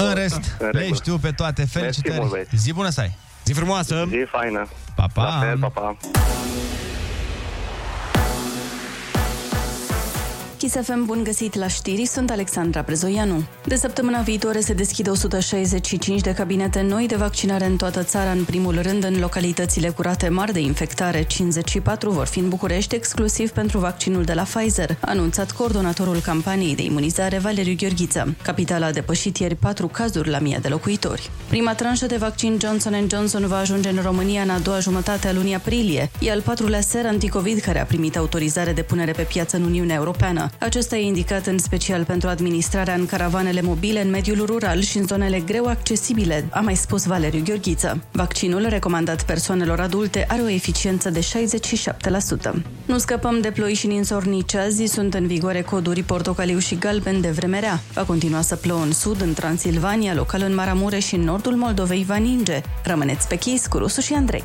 În rest, le știu pe toate. mult, Felicitări. băieți. Zi bună să ai. Zi frumoasă! Zi faină. Pa, pa. La fel, pa, pa. Chisafem, bun găsit la știri, sunt Alexandra Brezoianu. De săptămâna viitoare se deschid 165 de cabinete noi de vaccinare în toată țara, în primul rând în localitățile curate mari de infectare. 54 vor fi în București, exclusiv pentru vaccinul de la Pfizer, a anunțat coordonatorul campaniei de imunizare Valeriu Gheorghiță. Capitala a depășit ieri 4 cazuri la 1000 de locuitori. Prima tranșă de vaccin Johnson Johnson va ajunge în România în a doua jumătate a lunii aprilie. E al patrulea ser anticovid care a primit autorizare de punere pe piață în Uniunea Europeană. România. Acesta e indicat în special pentru administrarea în caravanele mobile în mediul rural și în zonele greu accesibile, a mai spus Valeriu Gheorghiță. Vaccinul recomandat persoanelor adulte are o eficiență de 67%. Nu scăpăm de ploi și ninsori nici azi, sunt în vigoare coduri portocaliu și galben de vreme rea. Va continua să plouă în sud, în Transilvania, local în Maramure și în nordul Moldovei va ninge. Rămâneți pe chis cu Rusu și Andrei.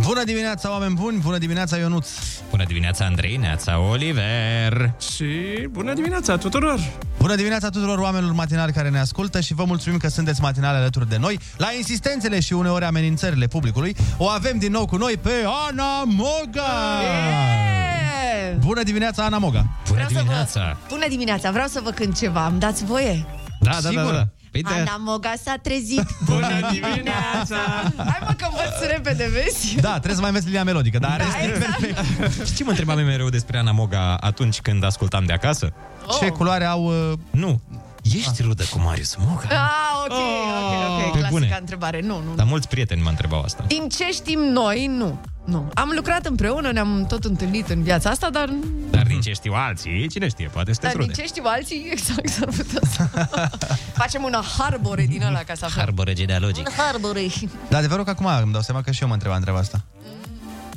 Bună dimineața, oameni buni! Bună dimineața, Ionuț! Bună dimineața, Andrei, neața, Oliver! Și bună dimineața tuturor! Bună dimineața tuturor oamenilor matinali care ne ascultă și vă mulțumim că sunteți matinale alături de noi. La insistențele și uneori amenințările publicului, o avem din nou cu noi pe Ana Moga! Yeah! Bună dimineața, Ana Moga! Bună Vreau să vă- dimineața! Bună dimineața, vreau să vă cânt ceva, îmi dați voie? Da, da, da, da. Păi de- Ana Moga s-a trezit Bună dimineața Hai mă că învăț repede, vezi? Da, trebuie să mai înveți linia melodică, dar da, Știi ce mă întrebam eu mereu despre Ana Moga atunci când ascultam de acasă? Ce culoare au... Uh... Nu, ești ah. rudă cu Marius Moga? Ah, ok, ok, ok, Oh, Pe clasica bune. întrebare Nu, nu, Dar mulți prieteni mă întrebau asta. Din ce știm noi, nu. Nu. Am lucrat împreună, ne-am tot întâlnit în viața asta, dar, Dar Mhm. din ce știu alții, cine știe, poate dar sunteți din rude. ce știu alții, exact s-ar putea să... Facem un harbore din ăla ca să aflăm. Arbore genealogic. Un harbore. Dar adevărul că acum îmi dau seama că și eu mă întrebam întreba asta.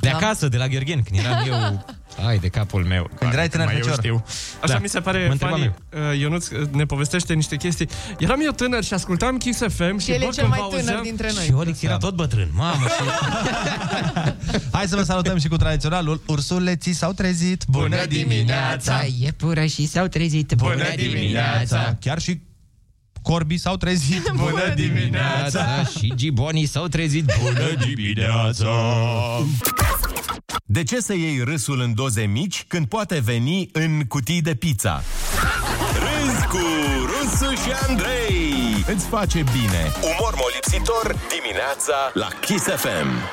De acasă, de la Gheorgheni, când eram eu... Ai, de capul meu. Când erai tânăr eu fecior. știu. Așa Da. mi se Mă pare întrebam funny. Uh, Ionuț uh, ne povestește niște chestii. Eram eu tânăr și ascultam Kiss FM și, Și el e bă, cel cumva mai tânăr auzeam- dintre noi. Și Olix era tot bătrân, mamă. Și... Hai să vă salutăm și cu tradiționalul. Ursuleții s-au trezit. Bună dimineața! Iepurașii s-au trezit. Bună dimineața! Da, Chiar și corbii s-au trezit. Exact. Bună dimineața! Da, Și gibonii s-au trezit. Bună dimineața! De ce să iei râsul în doze mici când poate veni în cutii de pizza? Râzi cu Rusu și Andrei. Îți face bine! Umor molipsitor dimineața la Kiss FM.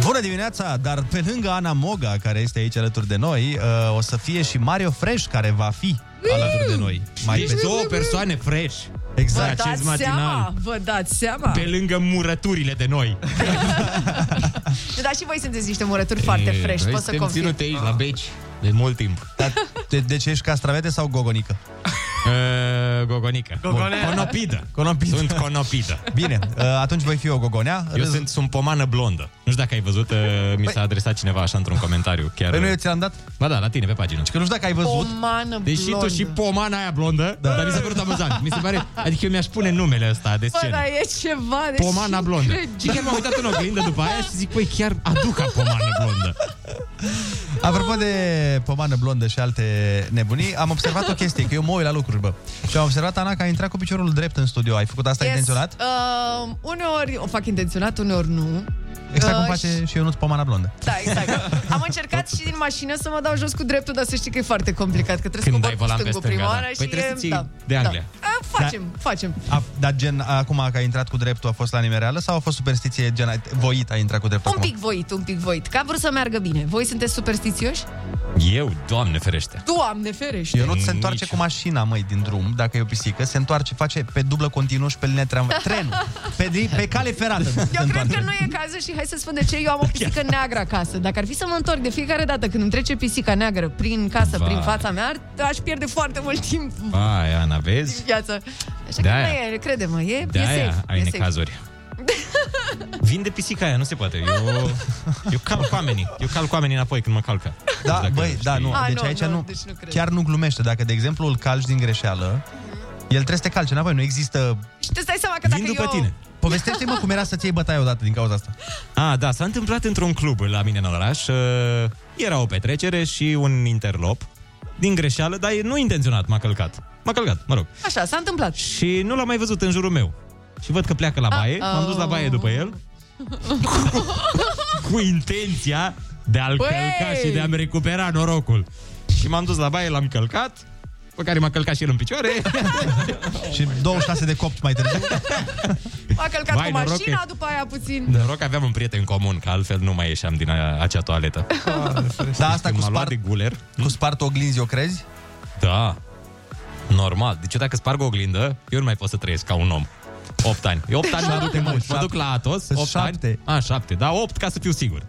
Bună dimineața, dar pe lângă Ana Moga, care este aici alături de noi, uh, o să fie și Mario Fresh, care va fi alături de noi. Deci două persoane fresh. Vă Exact. dați seama, vă dați seama. Pe lângă murăturile de noi. Da, Dar și voi sunteți niște murături foarte fresh, pot să confirm. aici la beci de mult timp. Dar de, de ce ești castravete sau gogonică? Uh, gogonică. Gogone- Bun. Conopidă. Conopidă. Sunt conopidă. Bine, uh, atunci voi fi o gogonea. Eu Râs- sunt, sunt pomană blondă. Nu știu dacă ai văzut, uh, mi s-a adresat cineva așa într-un comentariu. Chiar... Păi nu eu ți-l-am dat? Ba da, la tine, pe pagină. Că nu știu dacă ai văzut. Pomană Deși tu și pomana aia blondă, da. dar mi s-a părut amuzant. Mi se pare, adică eu mi-aș pune numele ăsta de Bă, scenă. dar e ceva de Pomana blondă. Și chiar m-am uitat în oglindă după aia și zic, păi chiar aduc pomană blondă. Apropo de pomană blondă și alte nebunii, am observat o chestie, că eu mă uit la lucruri, bă. Și am observat, Ana, că ai intrat cu piciorul drept în studio. Ai făcut asta yes. intenționat? Uh, uneori o fac intenționat, uneori nu. Exact cum Uh, face și Ionuț pomana blondă. Da, exact. Am încercat și din mașină să mă dau jos cu dreptul, dar să știi că e foarte complicat, că trebuie Când să dai cobor cu volan pe stângul stânga, prima da. oară Păi și trebuie e- să ții da, de Anglia. Da. A, facem, facem. A, dar gen, acum că ai intrat cu dreptul, a fost la nimereală sau a fost superstiție gen, ai- voit, ai intrat cu dreptul Un acum? pic voit, un pic voit, că a vrut să meargă bine. Voi sunteți superstițioși? Eu, doamne ferește. Doamne ferește! Ionut se întoarce cu mașina, măi, din drum, dacă e o pisică, se întoarce, face pe dublă continuu și pe linia tramvai. Trenul. Pe, di- pe cale ferată. se Eu cred întoarce. că nu e cazul și hai să spun de ce eu am o pisică neagră acasă. Dacă ar fi să mă întorc de fiecare dată când îmi trece pisica neagră prin casă, Vai. prin fața mea, ar- aș pierde foarte mult timp Vai, Ana, în vezi? viață. Așa că De-aia. nu e, crede-mă, e, e De aia safe. ai e safe. necazuri. Vinde pisica aia, nu se poate. Eu, eu calc oamenii. Eu calc oamenii înapoi când mă calcă. Da, băi, Ah, da, nu. știi. deci aici nu, chiar nu glumește. Dacă, de exemplu, îl calci din greșeală, el trebuie să te calce înapoi. Nu există... Și tu stai seama că dacă eu... Povestește-mă cum era să-ți iei bătaia odată din cauza asta. A, da, s-a întâmplat într-un club la mine în oraș. Uh, Era o petrecere și un interlop. Din greșeală, dar nu intenționat m-a călcat. M-a călcat, mă rog. Așa, s-a întâmplat. Și nu l-am mai văzut în jurul meu. Și văd că pleacă la baie, m-am dus la baie după el cu intenția de a-l Băi! călca și de a-mi recupera norocul. Și m-am dus la baie, l-am călcat, pe care m-a călcat și el în picioare. și 26 de copți mai târziu. A călcat Vai, cu noroc mașina, că- după aia puțin. Noroc că aveam un prieten comun, că altfel nu mai ieșeam din a- acea toaletă. Da, asta cu m-a luat spart, de guler. cu spart oglinzi, o crezi? Da. Normal. Deci eu dacă sparg o oglindă, eu nu mai pot să trăiesc ca un om. 8 ani. Eu 8 ani mă duc pe munți. Mă duc la Atos. 8 Șapte. ani. A, 7. Da, 8 ca să fiu sigur.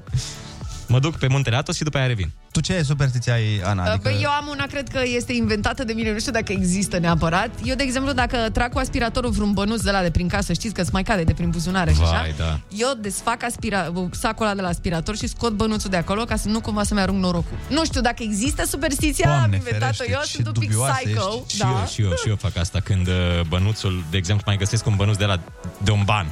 Mă duc pe muntele Atos și după aia revin. Tu ce superstiție ai, Ana? Adică... Eu am una, cred că este inventată de mine, nu știu dacă există neapărat. Eu, de exemplu, dacă trag cu aspiratorul vreun bănuț de la de prin casă, știți că îți mai cade de prin buzunare și Deci așa, Vai, da. eu desfac aspira- sacul ăla de la aspirator și scot bănuțul de acolo ca să nu cumva să-mi arunc norocul. Nu știu dacă există superstiția, am inventat-o eu, sunt un pic psycho. Și, da. eu, și eu, și eu fac asta când uh, bănuțul, de exemplu, mai găsesc un bănuț de la de un ban.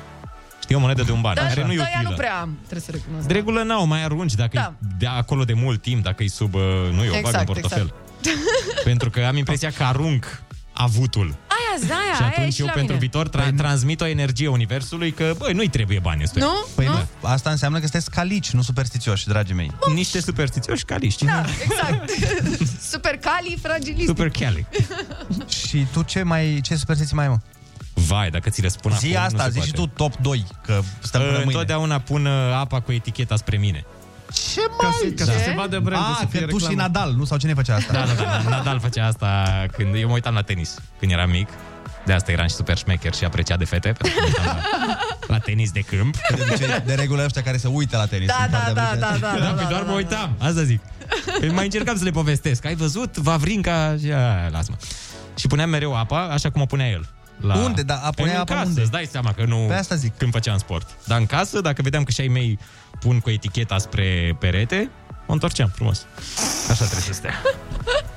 Știi, o monedă de un ban, Dar care nu e de aia utilă. Da, nu prea am, trebuie să recunosc. De regulă n-au, mai arunci dacă Da. e de acolo de mult timp, dacă e sub, uh, nu eu, exact, bag în portofel. Exact. Pentru că am impresia că arunc avutul. Aia, da, și aia, aia e atunci și eu la pentru mine. viitor Păi tra- transmit o energie universului că, băi, nu-i trebuie bani ăstuia. Nu? Păi Nu? nu, asta înseamnă că sunteți calici, nu superstițioși, dragii mei. Niște superstițioși calici. Da, exact. Super cali, fragilistic. Super cali. Și tu ce mai ce superstiții mai ai, mă? Vai, dacă ți le spun Zi acum, asta, nu se zi și poate. tu top 2, că stăm până Uh, mâine. Întotdeauna pun uh, apa cu eticheta spre mine. Ce mai? ca să se vadă brandul, să Ah, fie reclamă. Nadal, nu? Sau cine făcea asta? Da, da, da. Nadal făcea asta când eu mă uitam la tenis, când eram mic. De asta eram și super șmecher și apreciat de fete, pentru că mă uitam la, la tenis de câmp. De, obicei, de regulă ăștia care se uită la tenis. Da, sunt da, foarte da, apreciați. da, da, da, Da, păi doar mă uitam, asta zic. Când mai încercam să le povestesc. Ai văzut? Vavrinca și... A, lasă-mă. Și puneam mereu apa, așa cum o punea el. La... Unde? Da, a punea În apa casă, unde? Îți dai seama că nu... Pe asta zic. Când făceam sport. Dar în casă, dacă vedeam că și ai mei pun cu eticheta spre perete, o întorceam frumos. Așa trebuie să stea.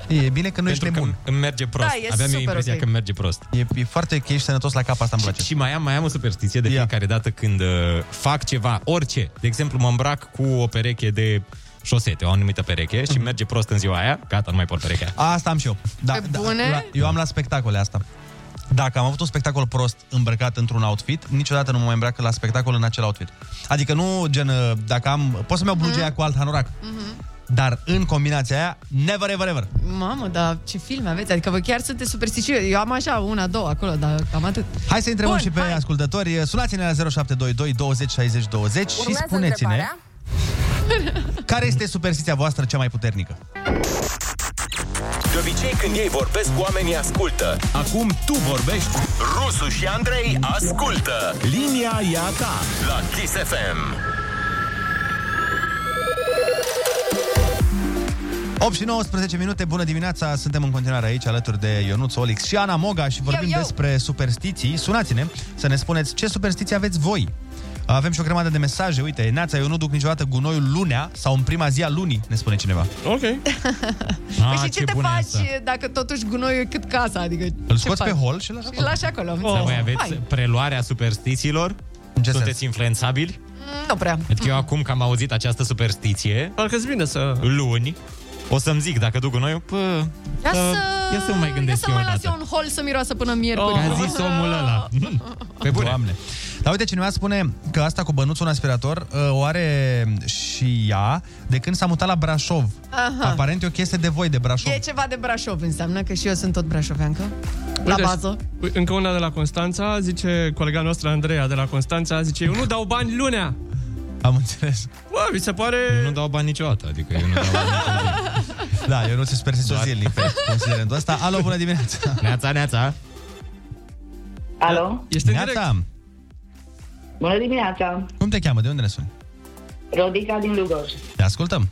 E bine că nu ești nebun. Îmi merge prost. Da, e Aveam eu super impresia ok. că îmi merge prost. E, e foarte că ești sănătos la cap, asta îmi place. Și mai am, mai am o superstiție de fiecare dată când uh, fac ceva, orice. De exemplu, mă îmbrac cu o pereche de șosete, o anumită pereche Mhm. și merge prost în ziua aia, gata, nu mai port perechea. Asta am și eu. Da, da, bune? la- eu am la spectacole asta. Dacă am avut un spectacol prost îmbrăcat într-un outfit, niciodată nu mă mai îmbrac la spectacol în acel outfit. Adică nu gen, uh, dacă am... Pot să-mi iau Mhm. blugea cu alt hanorac. Dar în combinația aia, never ever ever. Mamă, dar ce filme aveți? Adică vă chiar sunteți superstițioși. Eu am așa una, două acolo, dar cam atât. Hai să întrebăm Bun, și pe hai. ascultători. Sunați-ne la 0722 20 60 20 și spuneți-ne care este superstiția voastră cea mai puternică. De obicei, când ei vorbesc, oamenii ascultă. Acum tu vorbești. Rusu și Andrei ascultă. Linia e a ta la Kiss FM. 8 și 19 minute, bună dimineața! Suntem în continuare aici alături de Ionuț Olix și Ana Moga și vorbim Eu, eu. despre superstiții. Sunați-ne să ne spuneți ce superstiții aveți voi. Avem și o grămadă de mesaje. Uite, Neața, eu nu duc niciodată gunoiul lunea sau în prima zi a lunii, ne spune cineva. Ah, Ok. Păi și ce, te faci dacă totuși gunoiul e cât casa? Adică, Îl ce scoți faci? pe hol și îl lași Și îl lași acolo. Oh, Sau voi aveți Hai. preluarea superstițiilor? Sunteți influențabili? Nu prea. Pentru că eu acum că am auzit această superstiție... Parcă-ți bine să... Luni, o să-mi zic, dacă duc gunoiul, pă, Ia să, ia să mă mai gândesc ia să mai eu o las dată. eu un hol să miroasă până miercuri. Că a zis omul ăla. Pe bune. Doamne. Dar uite, cineva spune că asta cu bănuțul în aspirator uh, o are și ea de când s-a mutat la Brașov. Aha. Aparent e o chestie de voi, de Brașov. E ceva de Brașov, înseamnă că și eu sunt tot brașoveancă. La Uite, bază. ui- Încă una de la Constanța, zice colega noastră Andreea de la Constanța, zice eu nu dau bani lunea. Am înțeles. Bă, mi se pare... Eu nu dau bani niciodată, adică eu nu dau bani Da, eu nu se sper să o zilnic pe considerentul ăsta. Alo, bună dimineața! Neața, neața! Alo? Ești neața. Bună dimineața! Cum te cheamă? De unde ne suni? Rodica din Lugoj. Te ascultăm.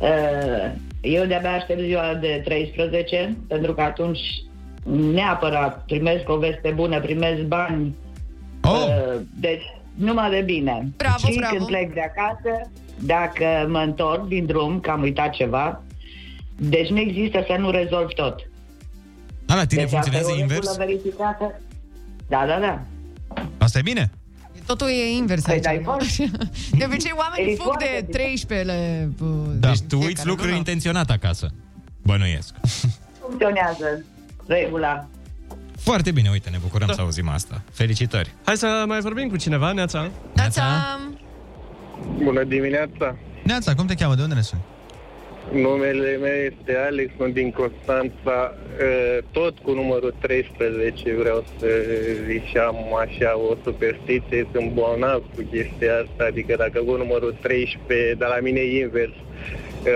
Uh, Eu de-abia aștept ziua de 13, pentru că atunci neapărat primesc o veste bună, primesc bani. Oh. Deci, numai de bine. Bravo, Și bravo. când plec de acasă, dacă mă întorc din drum, că am uitat ceva, deci nu există să nu rezolv tot. A, la tine deci funcționează asta e o invers? regulă verificată. Da, da, da. Asta e bine? Totul e invers Păi, aici. De obicei oamenii E fug foarte de 13-le... Da. Deci tu uiți lucruri intenționat acasă. Bănuiesc. Funcționează regula. Foarte bine, uite, ne bucurăm da. să auzim asta. Felicitări! Hai să mai vorbim cu cineva, Neața. Neața! Bună dimineața! Neața, cum te cheamă? De unde ne suni? Numele meu este Alex, sunt din Constanța, uh, tot cu numărul 13 vreau să zic și am așa o superstiție, sunt bolnav cu chestia asta, adică dacă văd numărul 13, dar la mine e invers,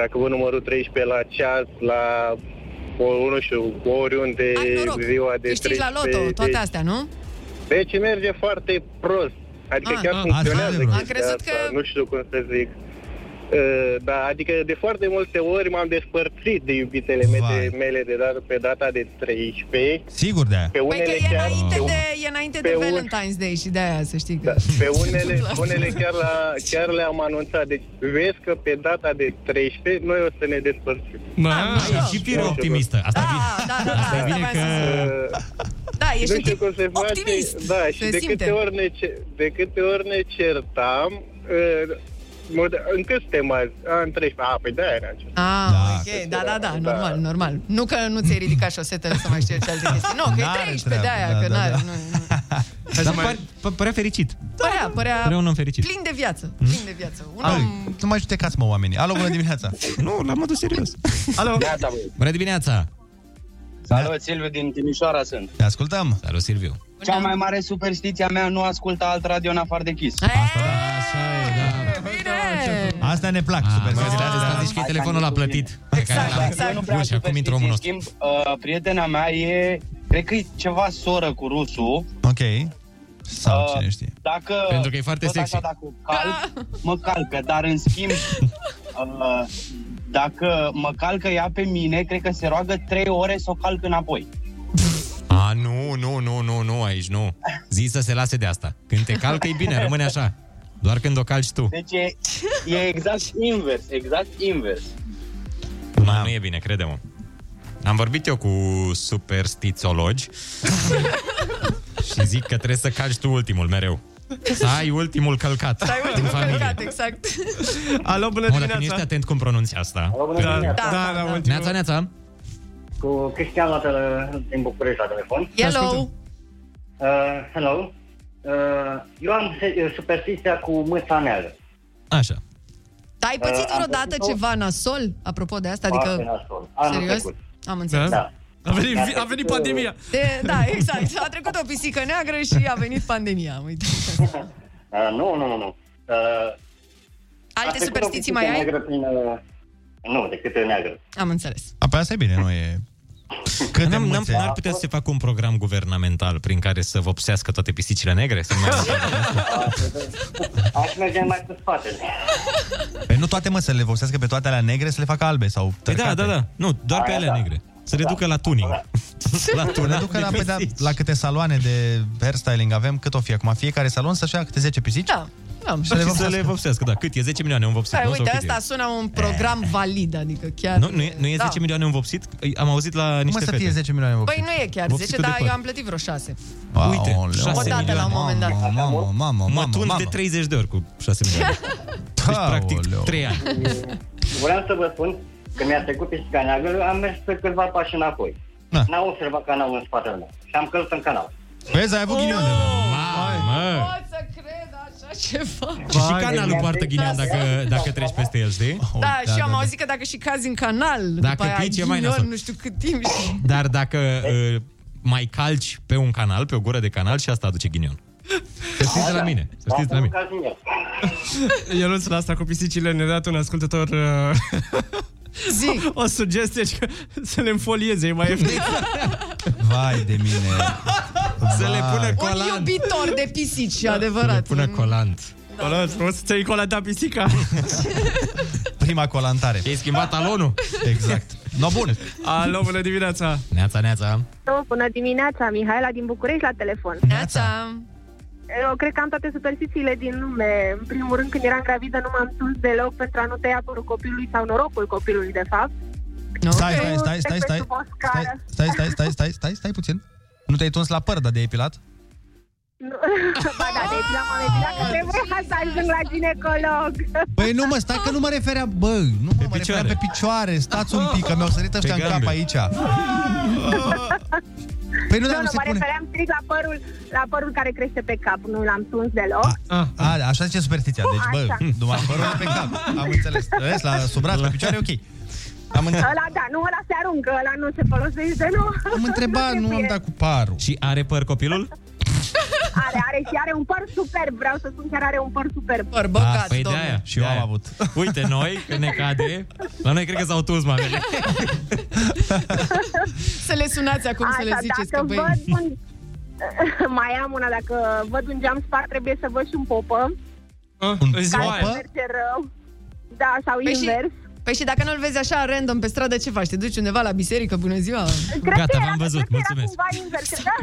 dacă văd numărul 13 la ceas, la o- nu știu, oriunde ziua de Câștigi la loto, toate deci- astea, nu? Deci merge foarte prost. Adică Ah, chiar ah, funcționează așa de prost. chestia Am crezut asta, Nu știu cum să zic. Uh, Da, adică de foarte multe ori m-am despărțit de iubitele mele, mele de dar pe data de 13. Sigur de aia. Pe unele Păi că e chiar, înainte pe, de, e înainte pe de un- Da, Valentine's Day și de aia, să știi că... pe unele, unele chiar, la, chiar le-am anunțat. Deci vezi că pe data de 13 noi o să ne despărțim. Mă, ești Da, și fire optimistă. Asta Ah, Da, da, da, Asta e da, bine mai că- zis. Da, ești nu un știu tip cum se Deci face, optimist. Da, și Se de simte. câte, ori ne, ce- de câte ori ne certam, uh, mă- în cât suntem azi? A, în 13. A, păi da, era acest. Ah, da, ok, da, da, da, normal, normal. Nu că nu ți-ai ridicat șosetele să mai știi ce alte chestii. Nu, că e N-are 13 treabă, de aia, da, că da, n-are. da. Nu, Dar pare- pă- părea fericit. părea, părea, Părea un om fericit. Hmm? plin de viață, plin de viață. Un om... Ai, nu mai judecați, mă, oamenii. Alo, bună dimineața! nu, la modul serios. Alo! Gata, băi. Bună dimineața! Salut, Silviu din Timișoara sunt. Te ascultăm! Salut, Silviu! Cea mai mare superstiție a mea nu ascultă alt radio în afară de Kiss. da, Asta ne plac, super. Ah, Asta zici că e telefonul la plătit. Exact, exact. Eu nu prea Uși, acum intră omul În nostru. schimb, uh, prietena mea e, cred că e ceva soră cu rusul. Uh, Ok. Sau cine știe. Dacă, Pentru că e foarte tot sexy. Așa, dacă calc, mă calcă, dar în schimb, uh, dacă mă calcă ea pe mine, cred că se roagă trei ore să o calc înapoi. A, nu, nu, nu, nu, nu, aici nu. Zi să se lase de asta. Când te calcă, e bine, rămâne așa. Doar când o calci tu. Deci e, e exact invers, exact invers. Da. Nu, nu e bine, crede-mă. Am vorbit eu cu superstițiologi și zic că trebuie să calci tu ultimul mereu. Să ai ultimul călcat. Stai în ultimul familie. călcat, exact. Alo, bună dimineața. Dacă nu ești atent cum pronunți asta. bună dimineața. Da, da, da. Neața, neața. Cu Cristian la tele- din București la telefon. Hello! Uh, hello. Uh, eu am se- superstiția cu mâța neagră. Așa. Dar ai Uh, Eh, pățit am vreodată pățit-o- ceva nasol, apropo de asta? Adică, Foarte nasol. Anul serios? trecut. Am înțeles. Da. A venit, Mi-a trecut, a venit uh, pandemia. De, da, exact. A trecut o pisică neagră și a venit pandemia. Uite. Uh, nu, nu, nu, nu. Uh, a Alte trecut superstiții o mai pisică ai? Neagră prin, uh, nu, decât e neagră. Am înțeles. A, păi asta e bine, nu e... Cât N-am, n-am, emoții. n-ar putea să se facă un program guvernamental prin care să vopsească toate pisicile negre? Să nu mai Aș merge mai pe spate. Păi nu toate, mă, să le vopsească pe toate alea negre, să le facă albe sau Păi da, tărcate. da, da. Nu, doar pe Aia, alea da. negre. Să reducă la tuning. La Să ne ducă la, de pe, da, pisici. la câte saloane de hairstyling avem, cât o fi acum. Fiecare salon să-și ia câte 10 pisici. Da. Am Și să le vopsească, da. Cât e? 10 milioane un vopsit, Stai, nu? Sau uite, cât e? asta sună un program valid, adică chiar... Nu, nu e, nu e 10 da. milioane un vopsit? Am auzit la niște Cum să fete. fie 10 milioane Păi nu e chiar 10, Vopsitul de dar păr. eu am plătit vreo 6. Uite, Aoleu. 6 Odată la milioane. un moment dat. Mamă, mamă, mamă, Mă mamă, tund mamă. de 30 de ori cu 6 milioane. Deci, practic, 3 ani. Vreau să vă spun că mi-a trecut pisica neagră, am mers pe câțiva pași înapoi. Da. N-am observat canalul în spatele meu și am călcat în canal. Vezi, ai avut ghinion de Mamă! Pot să cred așa ceva. Și și canalul poartă ghinion dacă, dacă treci peste el, știi? Da, și eu am auzit că dacă și cazi în canal, Dacă după aia pici, e mai ghinion, nasol. nu știu cât timp. și- Dar dacă uh, mai calci pe un canal, pe o gură de canal, și asta aduce ghinion. Să știți de la mine. Să știți de la mine. Ionuț, la asta cu pisicile ne-a dat un ascultător uh, Zic. o sugestie și că să le înfolieze, e mai ieftin. Vai de mine. Să le pună Un iubitor de pisici, Da, adevărat. pună colant. Colant, frumos, ți-ai colantat pisica. Prima colantare. Ai schimbat talonul? Exact. No, bun. Alo, bună dimineața. Neața, neața. Bună dimineața, Mihaela din București la telefon. Neața! Eu cred că am toate superstițiile din lume. În primul rând, când eram gravidă, nu m-am sus deloc pentru a nu tăia părul copilului sau norocul copilului, de fapt. Stai, stai, stai, stai, stai. Stai, stai, stai, stai, stai, stai, stai puțin. Nu te-ai tuns la păr, dar de epilat? Nu- ba da, de la m-am epilat că trebuia să ajung la ginecolog. Păi nu mă, stai că nu mă referea, bă, nu mă, mă referea Ah. pe picioare, stați un pic, că mi-au sărit ăștia Pe în cap gambe. aici. Păi nu, nu, dar nu nu se mă pune. refeream strict la părul, la părul care crește pe cap, nu l-am tuns deloc. A. A, a, da, așa zice superstiția. Deci, bă, Așa. numai părul pe cap. Am înțeles. Rest, la sub braț, pe picioare, ok. Am Ăla, da, nu, ăla se aruncă, ăla nu se folosește, deci, nu. Am întrebat, nu am dat cu parul. Și are păr copilul? Are, are și are un păr superb, vreau să spun chiar are un păr superb. Păr păi de aia. Și eu am avut. Uite, noi, când ne cade, la noi cred că s-au tuns mamele. Să le sunați acum, să le ziceți dacă că băi... văd un... Mai am una, dacă văd un geam spart, trebuie să văd și un popă. Un Ca să merge rău. Da, sau Păi și- invers. Păi și dacă nu-l vezi așa random pe stradă, ce faci? Te duci undeva la biserică? Bună ziua! Cred Gata, că era- v-am văzut, mulțumesc! Cumva invers, da?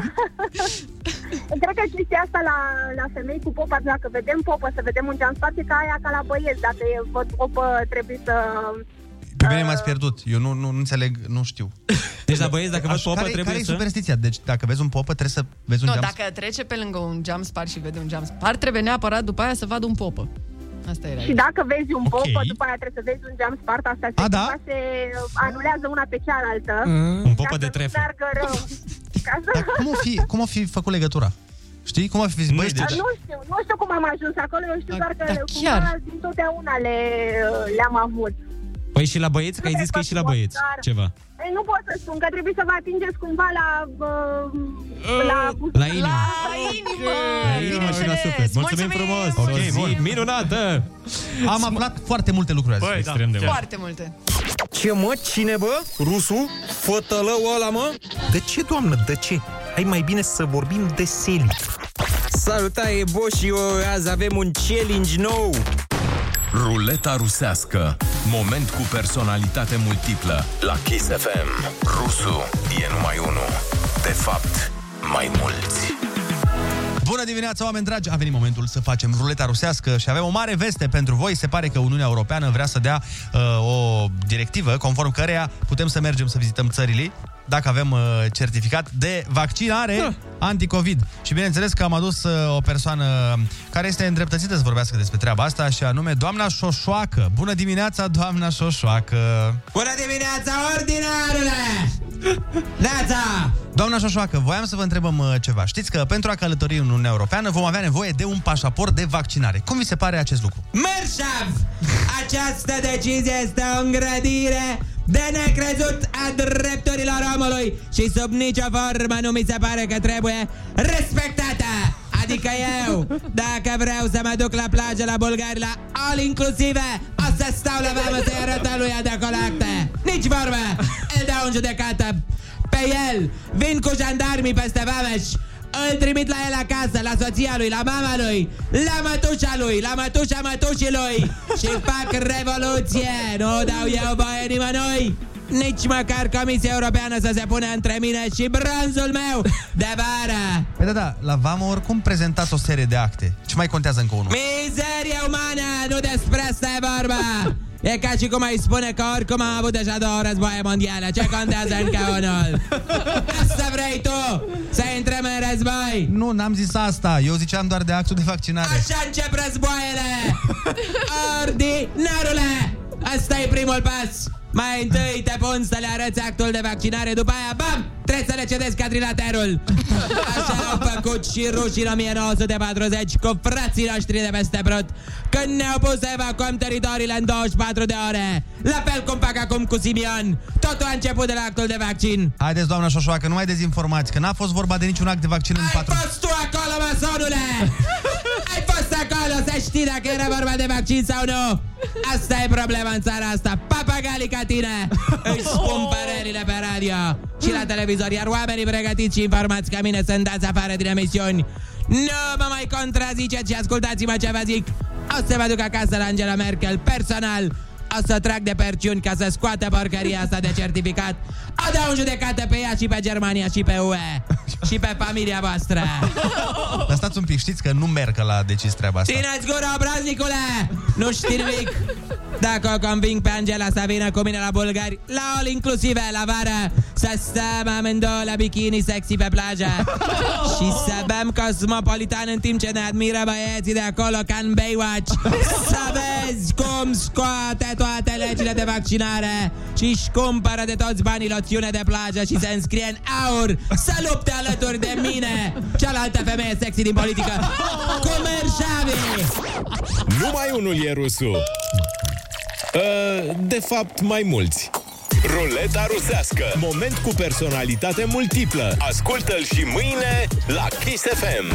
Cred că chestia asta la, la femei cu popă, dacă vedem popă, să vedem un geam spart, e ca aia ca la băieți. Dacă e, văd popă, trebuie să... Pe mine m-ați pierdut. Eu nu, nu, nu înțeleg, nu știu. Deci la băieți, dacă văd popă, care, trebuie care să- e superstiția? Deci dacă vezi un popă, trebuie să vezi un Nu, geam dacă trece pe lângă un geam spart și vede un geam spart, trebuie neapărat după aia să vadă un popă. Asta era. Și dacă vezi un popă, după aia trebuie să vezi un geam spart, asta se, da? se anulează una pe cealaltă. Mm. Un popă Ca de să nu trefă. meargă rău. Ca să... Dar cum o fi, cum o fi făcut legătura? Știi? Cum o fi zis, băi, Dar deci... nu știu, nu știu cum am ajuns acolo, eu știu doar că dar chiar. cumva dintotdeauna le, uh, le-am avut. Păi și la băieți, că ai zis că e și la băieți Dar- ceva. Ei, nu pot să spun, că trebuie să vă atingeți cumva la... Uh, la, La inimă. La inimă! La inimă și la suflet. Mulțumim frumos! Ok, bun. Minunată! Am aflat foarte multe lucruri azi. Băi, da, Extrem de chiar. mult. Foarte multe. Ce mă? Cine bă? Rusu? Fătălău ăla mă? De ce, doamnă, de ce? Hai mai bine să vorbim de seli. Salutare, Bo și eu, azi avem un challenge nou. Ruleta rusească. Moment cu personalitate multiplă. La Kiss FM. Rusu e numai unul. De fapt, mai mulți. Bună dimineața, oameni dragi! A venit momentul să facem ruleta rusească și avem o mare veste pentru voi. Se pare că Uniunea Europeană vrea să dea uh, o directivă conform căreia putem să mergem să vizităm țările dacă avem uh, certificat de vaccinare anticovid. Și bineînțeles că am adus uh, o persoană care este îndreptățită să vorbească despre treaba asta și anume doamna Șoșoacă. Bună dimineața, doamna Șoșoacă! Bună dimineața, ordinarule! Neața! Doamna Șoșoacă, voiam să vă întrebăm uh, ceva. Știți că pentru a călători în Uniunea Europeană vom avea nevoie de un pașaport de vaccinare. Cum vi se pare acest lucru? Mărșav! Această decizie este o îngrădire de necrezut a drepturilor omului și sub nicio formă nu mi se pare că trebuie respectată! Adică eu, dacă vreau să mă duc la plajă la Bulgari, la all inclusive, o să stau la vamă să-i arăt lui de acolo acte. Nici vorbă! Îl dau în judecată pe el, vin cu jandarmii peste vameș, îl trimit la el acasă, la soția lui, la mama lui, la mătușa lui, la mătușa mătușii lui și fac revoluție. Nu dau eu voie nimănui. Nici măcar Comisia Europeană să se pune între mine și bronzul meu de vară. Păi da, da, la vamă oricum prezentați o serie de acte. Ce mai contează încă unul? Mizerie umană, nu despre asta e vorba. E ca și cum ai spune că oricum am avut deja două războaie mondiale. Ce contează încă unul? Asta vrei tu, să intrăm în război. Nu, n-am zis asta. Eu ziceam doar de actul de vaccinare. Așa încep războaiele! Ordinarule! Asta e primul pas! Mai întâi te pun să le arăți actul de vaccinare, după aia, bam, trebuie să le cedezi quadrilaterul. Așa au făcut și rușii în 1940 cu frații noștri de peste Prut, când ne-au pus să evacuăm teritoriile în 24 de ore. La fel cum fac acum cu Simion. Totul a început de la actul de vaccin. Haideți, doamna Șoșoacă, nu mai dezinformați, că n-a fost vorba de niciun act de vaccin în patru... fost tu acolo, masonule! Ai fost acolo să știi dacă era vorba de vaccin sau nu! Asta e problema în țara asta! Papagalii ca tine își spun părerile pe radio și la televizor, iar oamenii pregătiți și informați ca mine sunt dați afară din emisiuni. Nu mă mai contraziceți și ascultați-mă ce vă zic! O să mă duc acasă la Angela Merkel personal o să trag de perciuni ca să scoată porcăria asta de certificat. O dau în judecată pe ea și pe Germania și pe UE. Și pe familia voastră. Dar stați un pic, știți că nu merg la a decis treaba asta. Țineți gura, obraznicule! Nu știi nimic! Dacă o conving pe Angela să vină cu mine la bulgari, la all inclusive, la vară, Să stăm amândouă la bikini sexy pe plajă Și să bem cosmopolitan în timp ce ne admiră băieții de acolo ca în Baywatch Să vezi cum scoate toate legile de vaccinare Și își cumpără de toți banii loțiune de plajă și se înscrie în aur Să lupte alături de mine Cealaltă femeie sexy din politică Comerciabil Numai unul e rusu. Uh, De fapt, mai mulți. Ruleta rusească. Moment cu personalitate multiplă. Ascultă-l și mâine la Kiss FM.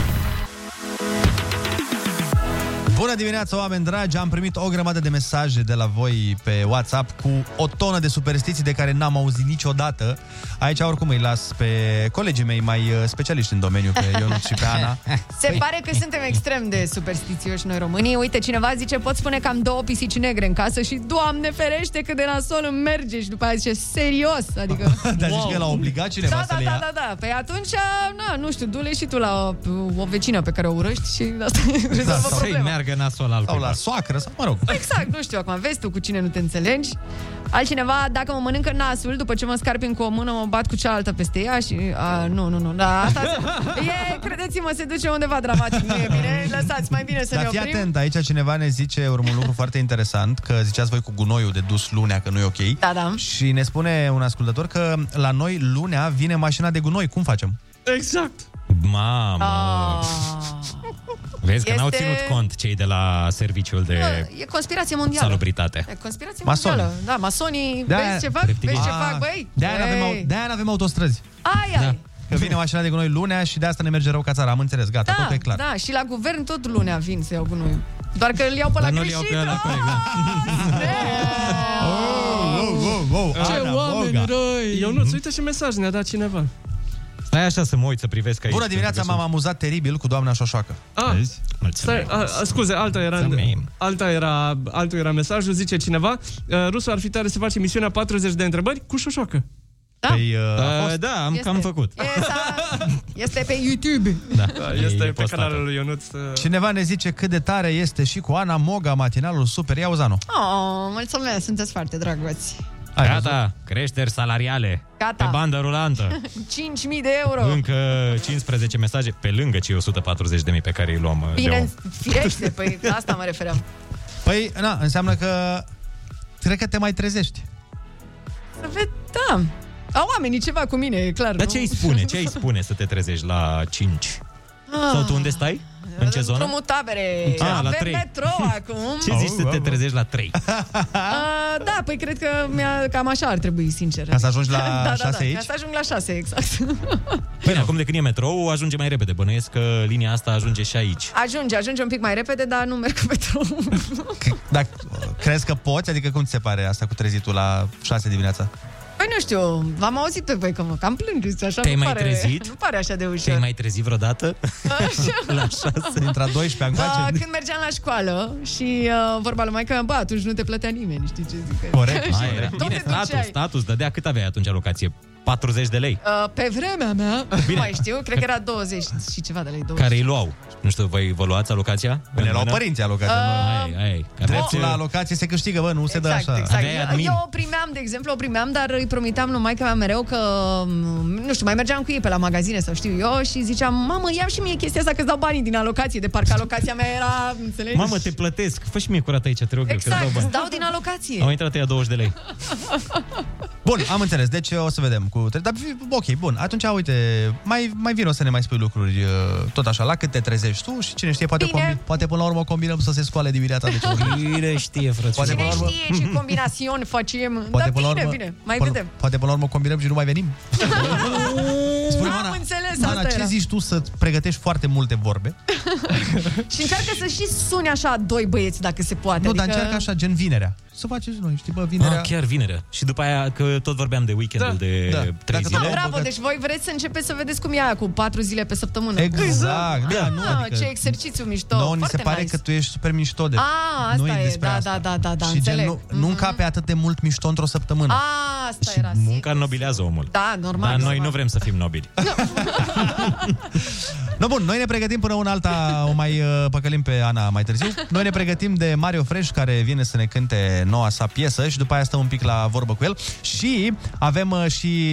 Bună dimineața, oameni dragi! Am primit o grămadă de mesaje de la voi pe WhatsApp cu o tonă de superstiții de care n-am auzit niciodată. Aici, oricum, îi las pe colegii mei mai uh, specialiști în domeniu, pe Ionut și pe Ana. Se Păi- pare că suntem extrem de superstițioși noi românii. Uite, cineva zice, pot spune că am două pisici negre în casă și, Doamne ferește, cât de nasol îmi merge. Și după aia zice, serios, adică... Dar zici că l-a obligat cineva da, să da, le ia? da, da, da. Păi atunci, na, nu știu, du-le și tu la o, o vecină pe care o urăști și asta Exact. rezolvă Da, să-i problema. meargă nasol al Sau la soacră, sau mă rog. Exact, nu știu acum, vezi tu cu cine nu te înțelegi. Altcineva, dacă mă mănâncă nasul, după ce mă scarpin cu o mână, mă bat cu cealaltă peste ea și... A, nu, nu, nu, da, asta... E, credeți-mă, se duce undeva dramatic, nu e bine, lăsați, mai bine să Dar ne fii oprim. atent, aici cineva ne zice un lucru foarte interesant, că ziceați voi cu gunoiul de dus lunea că nu e ok. Da, da. Și ne spune un ascultător că la noi lunea vine mașina de gunoi. Cum facem? Exact. Mamă! Vezi că n-au Ah, Este- ținut cont cei de la serviciul de... E conspirație mondială. Salubritate. E conspirație Masoni. mondială. Da, masonii, De-aia- vezi ce fac? Vezi ce fac, băi? Ah. De-aia n-avem, au- Ei. de-aia n-avem autostrăzi. Ai, ai. Că vine mașina de gunoi lunea și de asta ne merge rău ca țara. Am înțeles, gata, Da, totul e clar. da, și la guvern tot lunea vin să iau gunoiul. Doar că îl iau pe la greșit. da. Ce oameni răi! Eu nu, uite și mesaj ne-a dat cineva. Stai așa să mă uit, să privesc aici. Bună dimineața, m-am amuzat teribil cu doamna Șoșoacă. Ah, Stai, a, a, scuze, alta era, alta era, altul era mesajul, zice cineva, uh, rusul ar fi tare să face misiunea 40 de întrebări cu șoșoacă. Da. Păi, a fost? da, am cam făcut. Este pe YouTube. Da, este pe postată. canalul lui Ionut. uh, Cineva ne zice cât de tare este și cu Ana Moga, matinalul super. Ia Uzano. Oh, mulțumesc, sunteți foarte drăguți. Gata, creșteri salariale. Gata. Pe bandă rulantă. 5.000 de euro. Da. Încă 15 mesaje pe lângă cei 140 de mii pe care îi luăm uh, de om. Bine, firește, păi la asta mă referam. Păi, na, înseamnă că cred că te mai trezești. Să ved, da. Au oamenii ceva cu mine, e clar. Dar nu? ce îi spune? Ce îi spune să te trezești la 5? Ah, Sau tu unde stai? În ce zonă? Drumul tabere. Ah, la Avem trei. metrou acum. Ce zici să te trezești la 3? Ah, da, păi cred că mi-a, cam așa ar trebui, sincer. Ca să ajungi la da, da, șase da, aici? Ca să ajung la 6, exact. Bine, Păi da, acum de când e metrou, ajunge mai repede. Bănuiesc că linia asta ajunge și aici. Ajunge, ajunge un pic mai repede, dar nu merg pe drum. Dar crezi că poți? Adică cum ți se pare asta cu trezitul la 6 dimineața? Păi nu știu, v-am auzit pe voi că mă cam plângeți, așa Te-ai nu mai pare, trezit? Nu pare așa de ușor. Te-ai mai trezit vreodată? la 6? Dintre a 12 Da, când mergeam la școală și uh, vorba lui maică, bă, atunci nu te plătea nimeni, știi ce zic? Și Aia era. tot Bine, te duceai. status, status, dădea cât aveai atunci locație? 40 de lei, Uh, pe vremea mea, Bine. mai știu, cred că era 20 și ceva de lei 20. care îi luau. Nu știu, voi vă luați alocația? Bine, luau părinții alocația, nu? Ai, ai. Dreptul uh, la alocație se câștigă, bă, nu se dă așa. Exact. Eu, eu o primeam, de exemplu, o primeam, dar îi promiteam lui maica mea mereu că, mm, nu știu, mai mergeam cu ei pe la magazine sau știu eu și ziceam, mamă, ia și mie chestia asta că-ți dau banii din alocație, de parcă alocația mea era, înțelegi? Mamă, te plătesc. Fă și mie curat aici, te rog, eu, că-ți Exact, dau îți bani. dau din alocație. da. Au intrat ea 20 de lei. Bun, am înțeles, deci o să vedem cu... tre- Dar, ok, bun, atunci, uite, mai, mai vin o să ne mai spui lucruri, uh, tot așa, la cât te trezești tu și cine știe, poate, Bine. combi, poate până la urmă combinăm să se scoale dimineața. Deci, Cine știe, frate. Poate Cine până la urmă... știe ce combinațiuni facem? Poate Dar până la bine, urmă- bine, mai până- vedem. Poate până la urmă combinăm și nu mai venim. Spune, Am Ana, înțeles, Ana, asta ce era. zici tu să pregătești foarte multe vorbe? Și încearcă să și suni așa doi băieți, dacă se poate. Nu, adică... dar încearcă așa, gen vinerea. Să faceți noi, știi, bă, vinerea... Ah, chiar vinerea. Și după aia că tot vorbeam de weekendul Da, de da. trei Dacă tot zile. Ah, bravo, deci voi vreți să începeți să vedeți cum e aia cu patru zile pe săptămână. Exact, da, nu, Ah, adică- Ce exercițiu mișto, Nouă ni foarte se pare nice. că tu ești super mișto de... A, nu asta e, despre da, asta. da, da, da, da, Și gen, înțeleg. nu, nu încape atât de mult mișto într-o săptămână. A, Ah, asta era. Munca nobilează omul. Da, normal. Dar noi normal. nu vrem să fim nobili. No, bun, noi ne pregătim până una alta, o mai uh, păcălim pe Ana mai târziu. Noi ne pregătim de Mario Fresh, care vine să ne cânte noua sa piesă și după aia stăm un pic la vorbă cu el. Și avem uh, și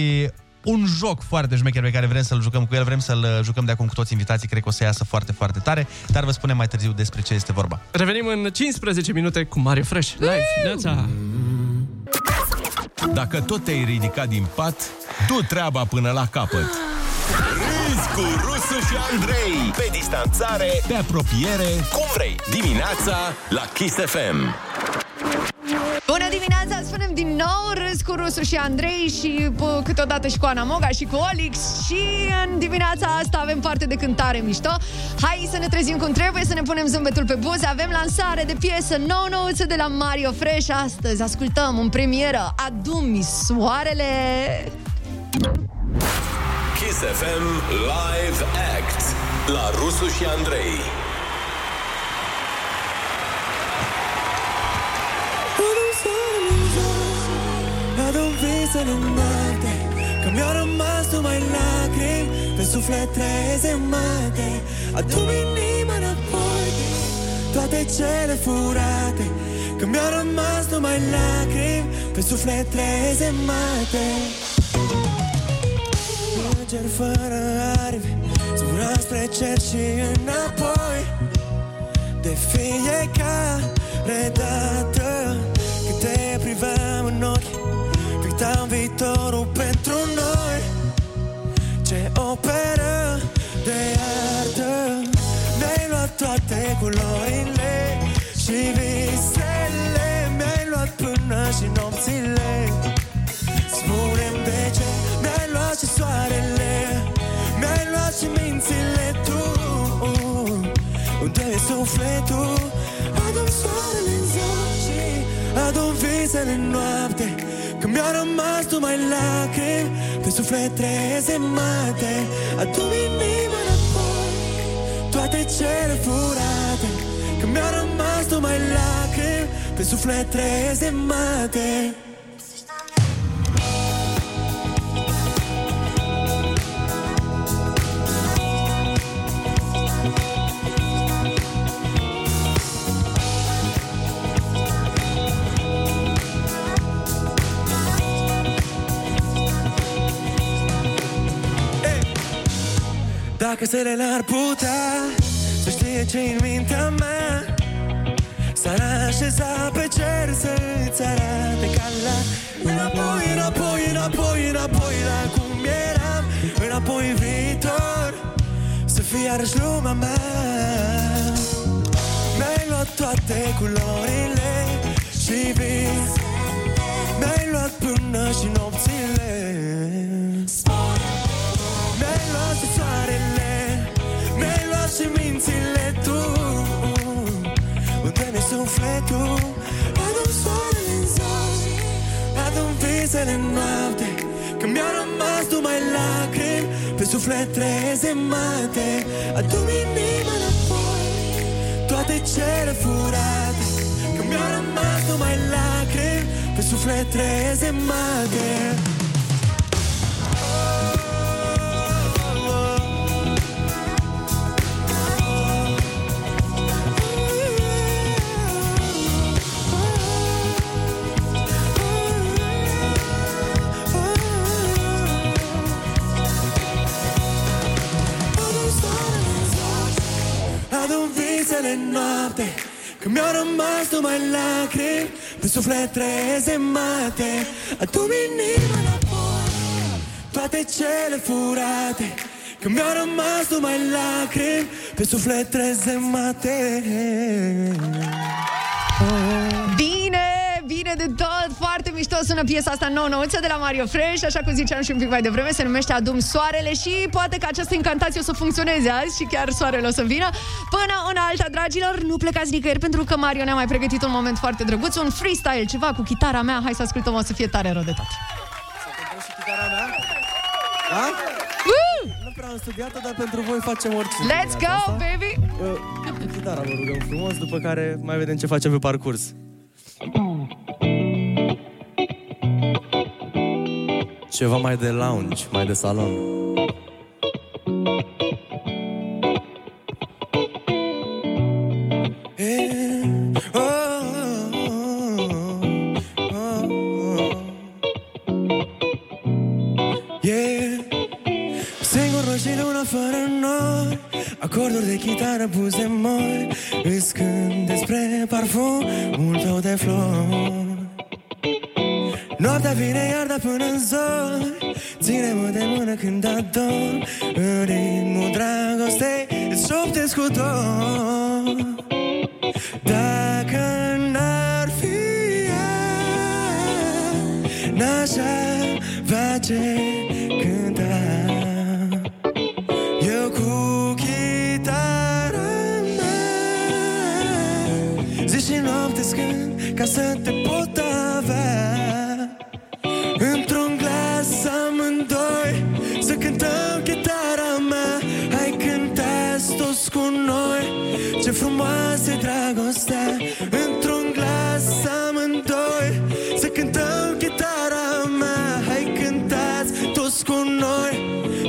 un joc foarte șmecher pe care vrem să-l jucăm cu el, vrem să-l uh, jucăm de acum cu toți invitații, cred că o să iasă foarte, foarte tare, dar vă spunem mai târziu despre ce este vorba. Revenim în 15 minute cu Mario Fresh. Live. Neața. Dacă tot te-ai ridicat din pat, du treaba până la Păi. capăt. Râzi cu Rusu și Andrei Pe distanțare, pe apropiere Cum vrei, dimineața la Kiss FM Bună dimineața, spunem din nou râs cu Rusu și Andrei și bă, câteodată și cu Ana Moga și cu Olix și în dimineața asta avem parte de cântare mișto. Hai să ne trezim cum trebuie, să ne punem zâmbetul pe buze, avem lansare de piesă nou nouță de la Mario Fresh astăzi. Ascultăm în premieră Adumi Soarele. Kiss FM Live Act La Rusu și Andrei Pun soarele în jos Adun visele în noapte Că mi-au rămas numai lacrimi Pe suflet trezemate Adu-mi inima înapoi Toate cele furate Că mi-au rămas numai lacrimi Pe suflet trezemate Înger fără aripi Zbura spre cer și înapoi De fiecare dată Când te priveam în ochi Pictam viitorul pentru noi Ce operă de artă Mi-ai luat toate culorile Și visele Mi-ai luat până și nopțile Spune-mi de ce Mi-ai luat și soarele Mi-ai luat și mințile tu Unde e sufletul Adun soarele în zon și Adun visele în noapte Că mi-au rămas numai lacrimi Pe suflet trezemate Adun inima înapoi Toate cele furate Că mi-au rămas numai lacrimi Pe suflet trezemate Dacă stelele ar putea Să știe ce în mintea mea S-ar așeza pe cer Să-ți arate ca la Înapoi, înapoi, înapoi, înapoi La cum eram Înapoi în viitor Să fie iarăși lumea mea Mi-ai luat toate culorile Și vis Mi-ai luat până și nopțile Mi-ai luat și soarele Mi-ai luat și mințile tu Unde-mi e sufletul Adun soarele în zori Adun visele în noapte Că mi-au rămas numai lacrimi Pe suflet trezemate Adu-mi inima înapoi Toate cele furate Că mi-au rămas numai lacrimi Pe suflet trezemate Adun visele în noapte Că mi-au rămas numai lacrimi Pe suflet trezemate Adu-mi inima înapoi Toate cele furate Că mi-au rămas numai lacrimi Pe suflet trezemate Eh. Bine, bine de tot, foarte mișto sună piesa asta nouă nouță de la Mario Fresh, așa cum ziceam și un pic mai devreme, se numește Adum Soarele și poate că această incantație o să funcționeze azi și chiar soarele o să vină. Până una alta, dragilor, nu plecați nicăieri pentru că Mario ne-a mai pregătit un moment foarte drăguț, un freestyle, ceva cu chitara mea, hai să ascultăm, o să fie tare rău de tot. Da? Nu prea am studiat-o, dar pentru voi facem orice Let's go, baby! Cu Chitara vă rugăm frumos, după care mai vedem ce facem pe parcurs. Ceva mai de lounge, mai de salon. Una fără nori Acorduri de chitară pus de mori Îți cânt despre parfumul tău de flori Noaptea vine iar dar până în zori Ține-mă de mână când adorm În ritmul dragostei Îți șoptesc cu dor Dacă n-ar fi ea N-aș avea ce cânta Eu cu chitara mea Zi și noapte scând Ca să te pot avea Într-un glas amândoi Să cântăm chitara mea Hai cântați toți cu noi Ce frumoasă e dragostea Într-un glas amândoi Să cântăm chitara mea Hai cântați toți cu noi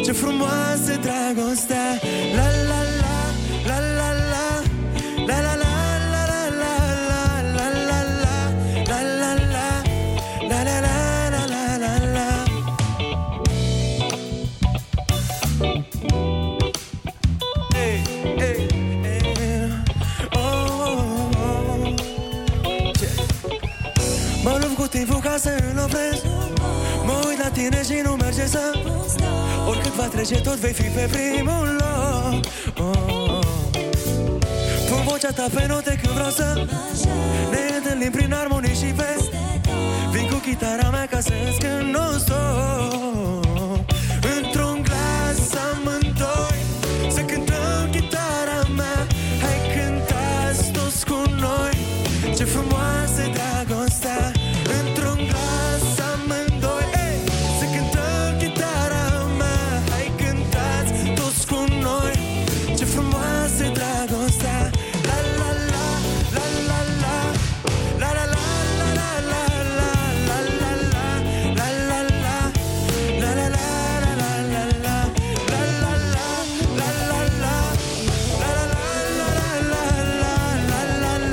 Ce frumoasă e dragostea La la la La la la La la la la la la la la la la la la la la la la la la la Hey, hey, hey. Eh, Oh, oh, oh. Yeah. Mă lupt cu timpul ca să îl opresc Mă uit la tine și nu merge să Oricât va trece tot vei fi pe primul loc oh, oh. Pun vocea ta pe note când vreau să Ne întâlnim prin armonii și pe Vin cu chitara mea ca să îți cânt non-stop Într-un glas amândoi Să cântăm chitara mea Hai cântați toți cu noi Ce frumoasă e dragostea Într-un glas amândoi ei, Să cântăm chitara mea Hai cântați toți cu noi Ce frumoasă e dragostea La la la, la la la La la la, la la la la La la la, la la la La la la, la la la la La la la, la la la La la la, la la la la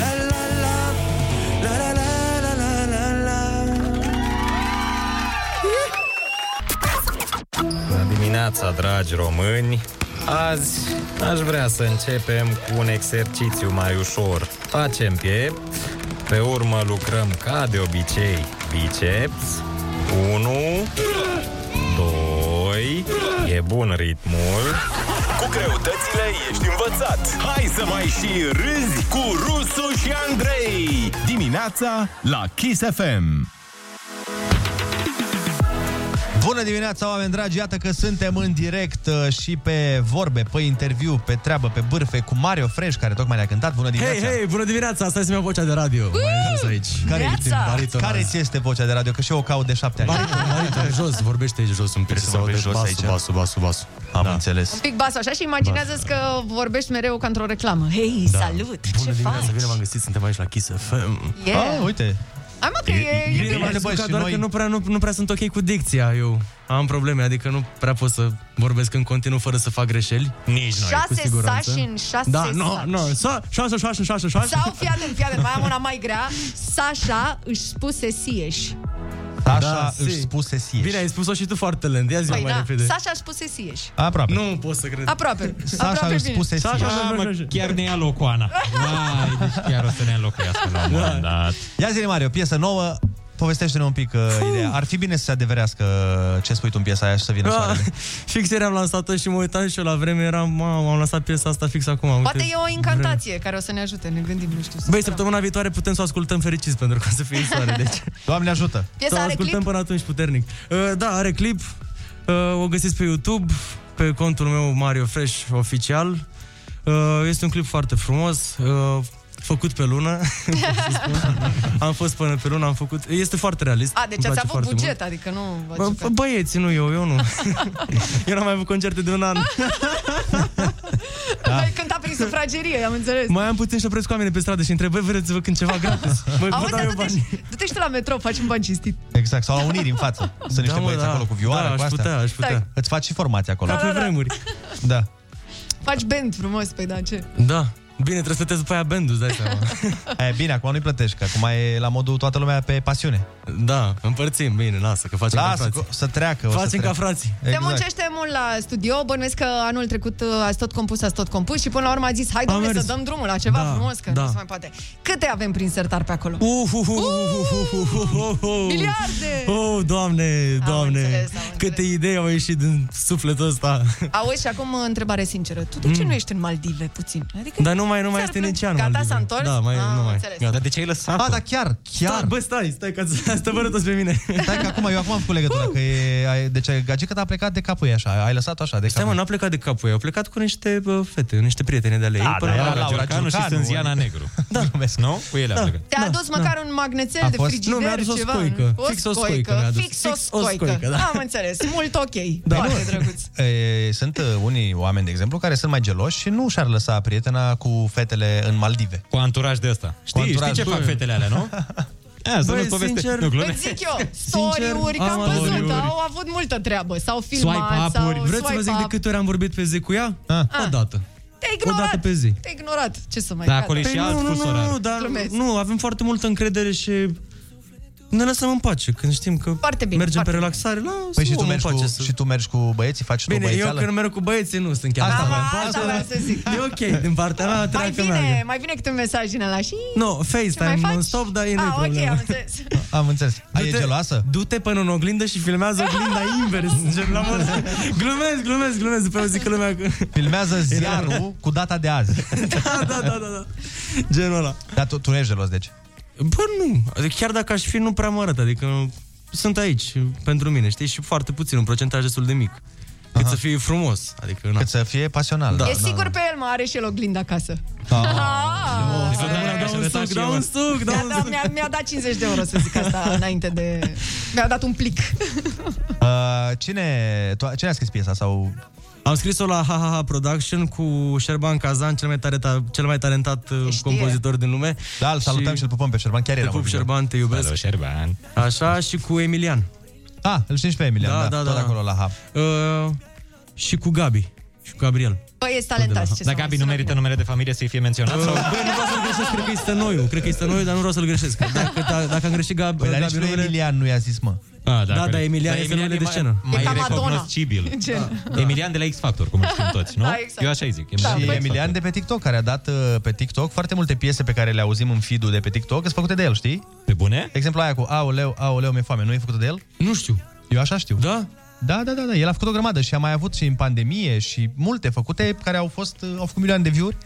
La la la, la la la La la la, la la la la Bună dimineața, dragi români! Azi aș vrea să începem cu un exercițiu mai ușor. Facem piept, pe urmă lucrăm ca de obicei biceps. 1, 2, e bun ritmul. Cu greutățile ești învățat. Hai să mai și râzi cu Rusu și Andrei. Dimineața la Kiss FM. Bună dimineața, oameni dragi! Iată că suntem în direct uh, și pe vorbe, pe interviu, pe treabă, pe bârfe cu Mario Fresh, care tocmai ne-a cântat. Bună Hei, dimineața! hei, bună dimineața, stai să-mi iau vocea de radio. Mai ajuns aici. Care, care ți este vocea de radio? Că și eu o caut de șapte ani. Bariton, bariton, jos, vorbește aici jos un pic. Să vorbești jos aici. Basul, basul, basul. Am înțeles. Un pic basul, așa și imaginează-ți că vorbești mereu ca într-o reclamă. Hei, Da. salut! Bună ce dimineața, faci? bine v-am găsit, suntem aici la Kiss FM. Yeah. Ah, uite. Hai mă, că e, e, bine. Bine, doar că nu prea, nu, nu prea sunt ok cu dicția, eu am probleme, adică nu prea pot să vorbesc în continuu fără să fac greșeli. Nici cu Șase siguranță. sași în șase Da, sași. nu, nu, sa- șase, șase, șase, șase. Sau, fii atent, fii atent, mai am una mai grea. Sasha își spuse sieș. Sasha își spuse sieș. Da, Bine, ai spus-o și tu foarte lent, ia zi Păi mai da, repede. Sasha își spuse sieș. Aproape. Nu pot să cred. Aproape. Aproape bine. Sasha, mă, chiar ne ia locul Ana. Vai, deci chiar o să ne înlocuiască la un Da. moment dat. Da. Ia zi Mario, piesă nouă, povestește-ne un pic uh, ideea. Ar fi bine să se adeverească uh, ce spui tu în piesa aia și să vină Da, soarele. fix ieri am lansat-o și mă uitam și eu la vreme, eram, mamă, am lansat piesa asta fix acum. uite, Poate e o incantație care o să ne ajute, ne gândim, nu știu. să Băi, sperăm. săptămâna viitoare putem să o ascultăm fericiți pentru că o să fie soare, deci... Doamne ajută! Piesa să o are ascultăm clip? până atunci puternic. Uh, da, are clip, uh, o găsiți pe YouTube, pe contul meu Mario Fresh oficial. Uh, este un clip foarte frumos, uh, făcut pe lună. pot să spun. am fost până pe lună, am făcut... Este foarte realist. A, deci îmi ați place avut foarte mult. buget, adică nu... v-ați Bă, bă, jucat. băieți, nu eu, eu nu. eu n-am mai avut concerte de un an. Da. Ai cântat prin sufragerie, am înțeles. Mai am puțin și opresc oamenii pe stradă și întreb, băi, vreți să vă cânt ceva gratis? Mă, vă Auzi, dau dar eu du-te, bani. și, du-te și tu la metrou, facem bani cinstit. Exact, sau la Unirii în față. Sunt niște Da, mă, băieți da. acolo cu vioară, Da, cu aș astea. putea, aș putea. Da, Îți faci și formația acolo. Ca pe vremuri. Da. Faci band frumos, păi da, ce? Da. Bine, trebuie să plătesc după aia bandul, îți dai seama. E, bine, acum nu-i plătești, că acum e la modul toată lumea pe pasiune. Da, împărțim, bine, lasă, că facem Lasă, ca frații. că- să treacă. o să Facem ca treacă. frații. Se muncește mult la studio, bănuiesc că anul trecut uh, ați tot compus, ați tot compus și până la urmă a zis, hai Am domnule să mers. dăm drumul la ceva Da, frumos, că da. nu se mai poate. Câte avem prin sertar pe acolo? Uh, Uhuhuhuhuhuhuhuhu. Miliarde! uh, Oh, doamne, doamne! înțeles, Câte idei au ieșit din sufletul ăsta! Auzi și acum uh, întrebare sinceră. Tu de ce Mm. nu ești în Maldive puțin? Adică Dar nu mai, nu mai ți-ar este plăcea. nici anul. Gata, Maldive. s-a întors? Da, mai, Ah, nu mai. înțeles. Gata. Dar de ce ai lăsat Ah, dar chiar, chiar. Stai, bă, stai, stai, că ați ați tăvărât-o pe mine. Stai că acum, eu acum am făcut Uh. legătura, că e, ai, deci ai- gagica ta a plecat de capul ei așa, ai lăsat-o așa de Stai, mă, capul n-a plecat de capul ei. Au plecat cu niște bă, fete, niște prietene de ale ei. Da, până da, la era Laura Laura Ciorcanu Ciorcanu, adică. Da. Nu? Cu ele Da. a plecat. Te-a adus măcar un magnețel A de fost- frigider, nu, mi-a adus o ceva, scoică. nu? Fix o scoică mi-a adus. Fix o Fix o scoică. scoică, da. Am înțeles. Mult ok. Da, Foarte nu. drăguț. E, sunt uh, unii oameni, de exemplu, care sunt mai geloși și nu și-ar lăsa prietena cu fetele în Maldive. Cu anturaj de ăsta. Știi, știi ce fac fetele alea, nu? Ia, să nu-ți poveste- nu, glume. Îți zic eu, story-uri, că am am văzut, story-uri. au avut multă treabă, s-au filmat, Swipe Ah. sau up-uri. Vreți să vă zic de câte ori am vorbit pe zi cu ea? Da. O dată. Te-ai O ignorat, dată pe zi. te-ai ignorat, ce să mai Păi faci? nu, nu, nu, Nu, dar Glumesc. nu, avem foarte multă încredere și ne lăsăm în pace când știm că mergem pe relaxare. La, Păi și să tu, luăm în mergi cu, pace, să- și tu mergi cu băieții, faci tu Bine, eu băiețeală? când merg cu băieții nu sunt chiar Asta asta vreau. Asta vreau să zic. E ok, din partea mea Mai trebuie că vine, meargă. mai vine câte un mesaj din ăla și... Nu, Ce FaceTime mai faci? non-stop, dar e nu Ah, ok, problemă. am înțeles. Am înțeles. Ai e geloasă? Du-te până în oglindă și filmează oglinda invers. Gen, la mod- glumesc, glumesc, glumesc. După eu zic că lumea... Filmează ziarul cu data de azi. da, da, da, da, da. Genul ăla. Dar tu, tu nu ești gelos, deci? Bă, nu. Adică chiar dacă aș fi, nu prea mă arăt. Adică sunt aici pentru mine, știi? Și foarte puțin, un procentaj destul de mic. Cât să fie frumos. Adică, na. Cât să fie pasional. Da, da. e sigur pe el, mă are și el oglinda acasă. Ah. Ah. Da, un suc, da, un suc, da, Mi-a, un dat, suc. mi-a, mi-a dat 50 de euro, să zic asta, înainte de... Mi-a dat un plic. Uh, cine, tu, cine a scris piesa sau... Am scris-o la HHH Production cu Șerban Kazan, cel mai, tare, ta, cel mai talentat uh, compozitor din lume. Da, îl salutăm și îl pupăm pe Șerban, chiar Te era pup, Șerban, te iubesc. Salut, Șerban. Așa și cu Emilian. Ah, îl știi și pe Emilian, da, da, tot da. acolo la hub. Uh, și cu Gabi. Și cu Gabriel. Păi, ești talentat. Ce să Da. Dacă Gabi nu merită numele de familie să-i fie menționat sau... Băi, nu vreau să-l greșesc, cred că este noiu. Cred că este noiu, dar nu vreau să-l greșesc. Dacă, da, dacă am greșit Gab, Păi, dar nici Gabi lui numele... Emilian nu i-a zis, mă. Ah, Da, da, corect. Emilian Dar este numele de mai- scenă. Mai E ca Madonna. recunoscibil. Gen. Da. Emilian de la X Factor, cum îl știm toți, nu? Da, exact. Eu așa îi zic. și de la X Emilian de pe TikTok, care a dat uh, pe TikTok foarte multe piese pe care le auzim în feed de pe TikTok, sunt făcute de el, știi? Pe bune? Exemplu aia cu Aoleu, aoleu, mi-e foame, nu e făcută de el? Nu știu. Eu așa știu. Da? Da, da, da, da. El a făcut o grămadă și a mai avut și în pandemie și multe făcute care au fost, uh, au făcut milioane de view-uri,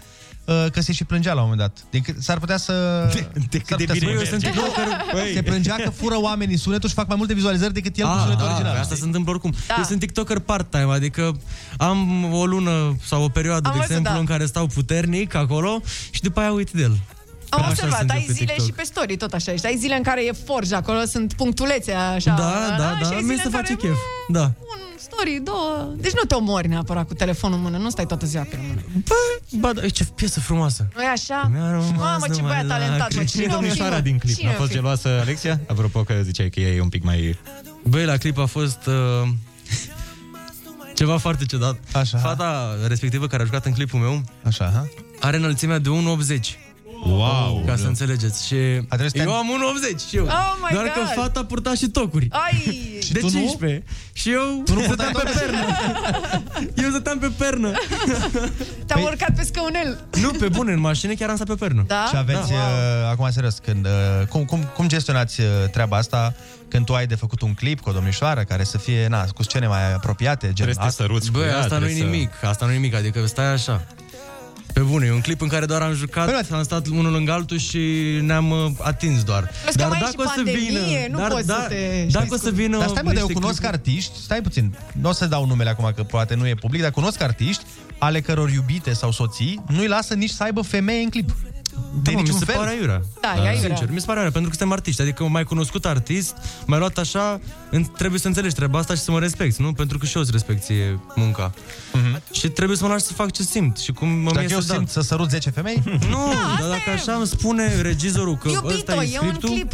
uh, că se și plângea la un moment dat. De cât- s-ar putea să... De, de cât de bine merge. Băi, eu sunt un TikToker. Se plângea că fură oamenii sunetul și fac mai multe vizualizări decât el cu sunetul original. Ah, asta se știi? întâmplă oricum. Da. Da. Eu sunt TikToker part-time, adică am o lună sau o perioadă, Am de văzut, exemplu, da. în care stau puternic acolo și după aia uit de el. Am Așa observat, sunt eu ai pe zile TikTok. și pe story, tot așa ești. Ai zile în care e forj, acolo sunt punctulețe, așa. Da, da, și da, ai mi zile se în face care, chef. Da. "Mm, Story, două. Deci nu te omori neapărat cu telefonul în mână, nu stai toată ziua pe mână. Bă, bă, da, ce piesă frumoasă. Nu e așa? Mamă, ce băiat talentat, mă, cine Cine o fi, domnișoara mă? din clip? Cine N-a o fost fi? geloasă Alexia? Apropo că ziceai că ea e un pic mai... Băi, la clip a fost uh, ceva foarte ciudat. Așa. Fata respectivă care a jucat în clipul meu Așa, ha? are înălțimea de 1,80. Wow! Ca să înțelegeți. Și te-am- eu am 1,80 și eu. Oh my doar că God! fata purta și tocuri. Ai! de tu nu? 15. Și eu Tu nu purtai stăteam tocuri? pe pernă. eu stăteam pe pernă. Te-am Păi- urcat pe scaunel. Nu, pe bune, în mașină chiar am stat pe pernă. Da? Și aveți, Da. uh, acum serios, când, uh, cum, cum, cum gestionați uh, treaba asta când tu ai de făcut un clip cu o domnișoară care să fie, na, cu scene mai apropiate, gen... Trebuie să te asta- săruți Băi, asta nu e nimic, asta nu e nimic, adică stai așa. Pe bune, e un clip în care doar am jucat, am stat unul lângă altul și ne-am uh, atins doar. Plus că mai e și pandemie, nu dar, poți da, să te- Dacă o să vină Dar stai mă, dar eu niște cunosc clipuri- artiști, stai puțin, nu o să dau numele acum că poate nu e public, dar cunosc artiști ale căror iubite sau soții nu-i lasă nici să aibă femeie în clip. De Da, mă, mi niciun se fel. pare aiurea. Da, e aiurea. Sincer, mi se pare aiurea, pentru că suntem artiști. Adică un mai cunoscut artist, mai luat așa, în- trebuie să înțelegi treaba asta și să mă respecti, nu? Pentru că și eu îți respecti munca. Și trebuie să mă lași să fac ce simt și cum mă Mhm. Dacă mie eu să simt dat. să sărut 10 femei? Da, Nu, dar dacă așa îmi spune regizorul că Iubito, ăsta e e un scriptul, clip.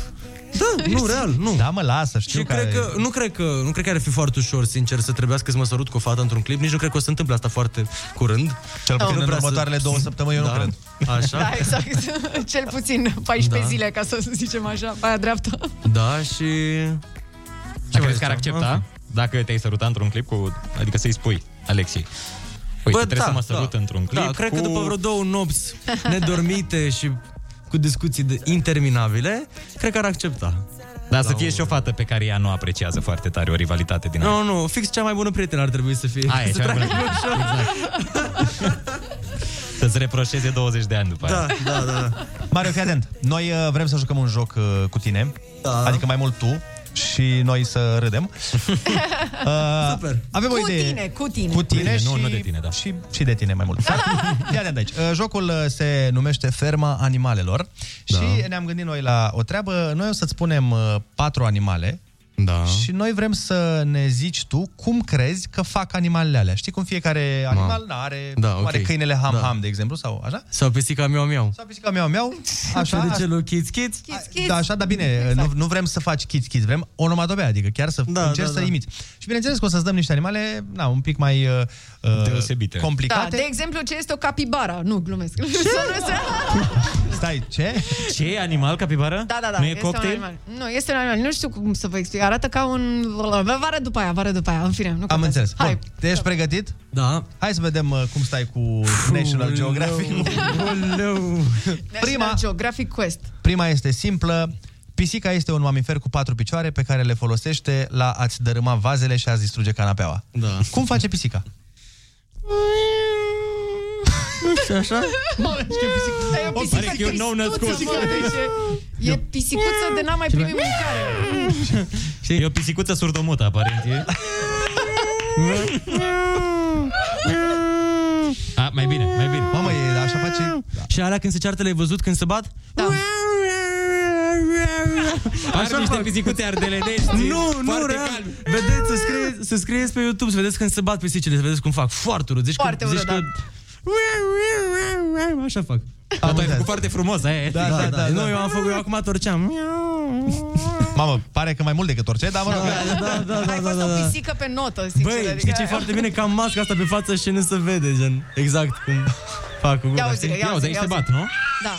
Da, nu, real, nu. Da, mă, lasă, știu și care- cred că, nu cred că, nu cred că ar fi foarte ușor, sincer, să trebuiască să mă sărut cu o fată într-un clip. Nici nu cred că o să întâmple asta foarte curând. Cel puțin Nu în prea să- următoarele două săptămâni, eu nu da, cred. Așa. Da, exact. Cel puțin 14 Da. zile, ca să zicem așa, pe aia dreaptă. Da, și... Ce crezi că ar accepta Ah. dacă te-ai sărutat într-un clip cu... Adică să-i spui, Alexei. Uite, trebuie să mă sărut într-un clip Da, cred cu... că după vreo două nopți nedormite și cu discuții de interminabile, cred că ar accepta. Da, Dar Da, să fie și o fată pe care ea nu apreciază foarte tare o rivalitate din Da. Nu, no, nu, fix cea mai bună prietenă ar trebui să fie. Aia e să cea mai bună. treacă ușor. Să-ți reproșeze 20 de ani după aia. da, da. Mario, fii atent. Noi uh, vrem să jucăm un joc uh, cu tine, da. adică mai mult tu și noi să râdem. Uh, Super. Avem cu o idee. tine, cu tine. Cu tine și, și... da. și, și de tine mai mult. Fii atent aici. Uh, Jocul uh, se numește Ferma Animalelor da. și ne-am gândit noi la o treabă. Noi o să-ți punem uh, patru animale da. și noi vrem să ne zici tu cum crezi că fac animalele alea. Știi cum fiecare Mamă. animal na, are, Da, cum are ok. câinele ham-ham, Da. de exemplu, sau așa? Sau pisica miau miau. Sau pisica miau miau, așa. Așa, de celul kids kids. Da, așa, dar bine, nu, nu vrem să faci kids kids, vrem onomatopea, adică chiar să da, încerci da, da, să da. imiți. Și bineînțeles că o să-ți dăm niște animale, na, un pic mai uh, deosebite. Da, complicate. de exemplu, ce este o capibara? Nu, glumesc. Ce? Stai, ce? Ce e animal, capibara? Da, da, da. Nu e este Un cocktail? animal. Nu, este un animal. Nu știu cum să vă explic. Arată ca un... Vară după aia, vară după aia. În fine, nu Am contează. înțeles. Hai. Bun, te ești pregătit? Da. Hai să vedem uh, cum stai cu National Geographic. Prima. Geographic Quest. Prima este simplă. Pisica este un mamifer cu patru picioare pe care le folosește la a-ți dărâma vazele și a-ți distruge canapeaua. Da. Cum face pisica? Așa? Dar e o pisică Pare că e un nou triscuță, născut. mă, deci E e pisicuță de n-a mai primit mâncare. E o pisicuță surdomută, aparent. E. A, mai bine, mai bine. Mamă, e așa face... Și alea când se ceartă, le-ai văzut când se bat? Da. Așa niște pisicuțe ardelenești. Nu, nu, Foarte real. Vedeți, să scrie, să scrieți pe YouTube, să vedeți când se bat pisicile, să vedeți cum fac. Foarte urât. Zici Foarte că, urât, zici că... Așa fac. da. Am ai făcut foarte frumos, aia e. Da, da, da. Nu, eu am făcut, eu acum torceam. Mamă, pare că mai mult decât orice, dar mă rog. Da, da, da, da, da, da, O da. pisică pe notă, sincer. Băi, adică știi ce e aia. foarte bine? Că am masca asta pe față și nu se vede, gen. Exact cum fac cu gura. Ia uite, ia uite, ia uite. Da.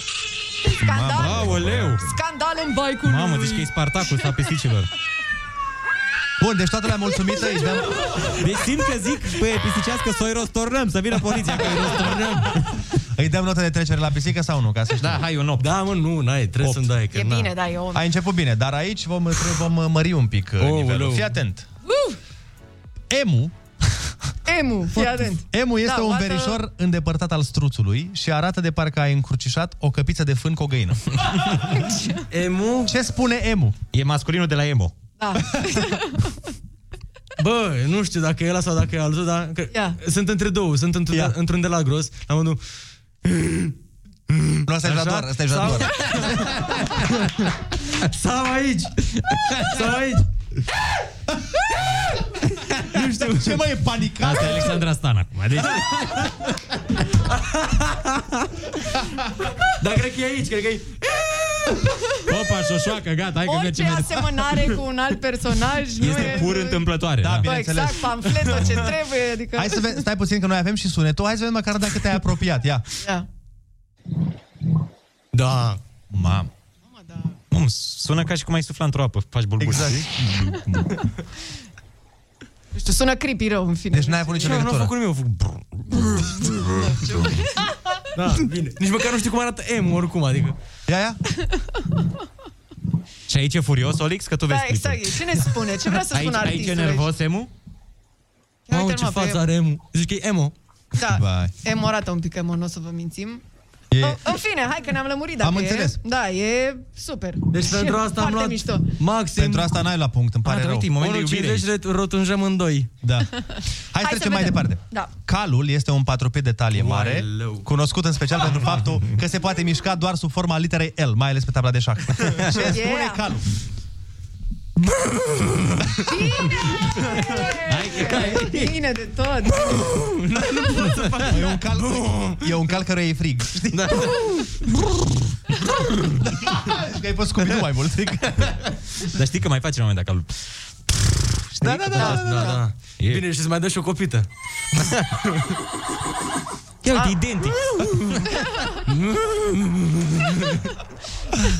Scandal. Aoleu! Scandal în baicul Mamă, lui. zici că e Spartacul sta pisicilor. Bun, deci toată lumea mulțumită, își dăm... Deci simt că zic, băi, pisicească, să o rostornăm, să vină poliția, că îi rostornăm. Îi dăm notă de trecere la pisică sau nu? Ca să da, hai un 8. Da, mă, nu, n-ai, trebuie să-mi dai. E bine, da, e om. Ai început bine, dar aici vom, tre- vom mări un pic oh, nivelul. leu. Fii atent. Uh, Emu, Emu, fii atent. Emu este Da, un oată- verișor îndepărtat al struțului și arată de parcă ai încrucișat o căpiță de fân cu o găină. Emu? Ce spune Emu? E masculinul de la Emo. Da. Bă, nu știu dacă e ăla sau dacă e altul, dar că Ia. sunt între două, sunt într-un, de, într-un de la gros, la modul... Nu, asta e Jador, asta e Jador. Sau aici! Sau aici! nu știu. Ce mai e panicat? Asta e Alexandra Stan acum. Deci, Dar cred că e aici, cred că e... opa, șoșoacă, gata, hai că Orice mergem. asemănare cu un alt personaj nu Este e... pur întâmplătoare. Da, Bă, exact, pamfletul ce trebuie, adică... Hai să ve- stai puțin că noi avem și sunetul. Hai să vedem măcar dacă te-ai apropiat. Ia. Da. Da. Mam. da. Cum, sună ca și cum ai sufla într-o apă, faci bulbul. Exact. Nu știu, sună creepy rău, în fine. Deci n-ai avut nicio Nu, nu am legătură. făcut nimic, am făcut... Da, bine. Nici măcar nu știu cum arată M, oricum, adică... Ia, ia. Și aici e furios, Olix, că tu vezi Da, exact. clipul. Ce ne spune? Ce vrea să aici, spună aici e artistul? nervos, Emu? Mamă, uite-l, ce mă, pe față Emu. are Emu. Zici că e Emo. Da. Vai. Emo arată un pic emo, nu o să vă mințim. E... În fine, hai că ne-am lămurit dacă Am e. înțeles. Da, e super. Deci pentru E asta am foarte luat- mișto. Maxim... Pentru asta n-ai la punct, îmi pare Ah, rău. uite, în momentul iubirii. rotunjăm în doi. Da. Hai, Hai să să trecem mai vedem. departe. Da. Calul este un patruped de talie mare, leu. cunoscut în special pentru faptul că se poate mișca doar sub forma literei L, mai ales pe tabla de șac. Ce spune Yeah. calul? Bine de tot! E un cal, e un cal care e frig. Știi? Da. Că ai fost scumit mai mult. Dar știi că mai face la un moment dat calul. Da, da, da, da, da, da. Bine, și îți mai dă și o copită. Ia uite, identic.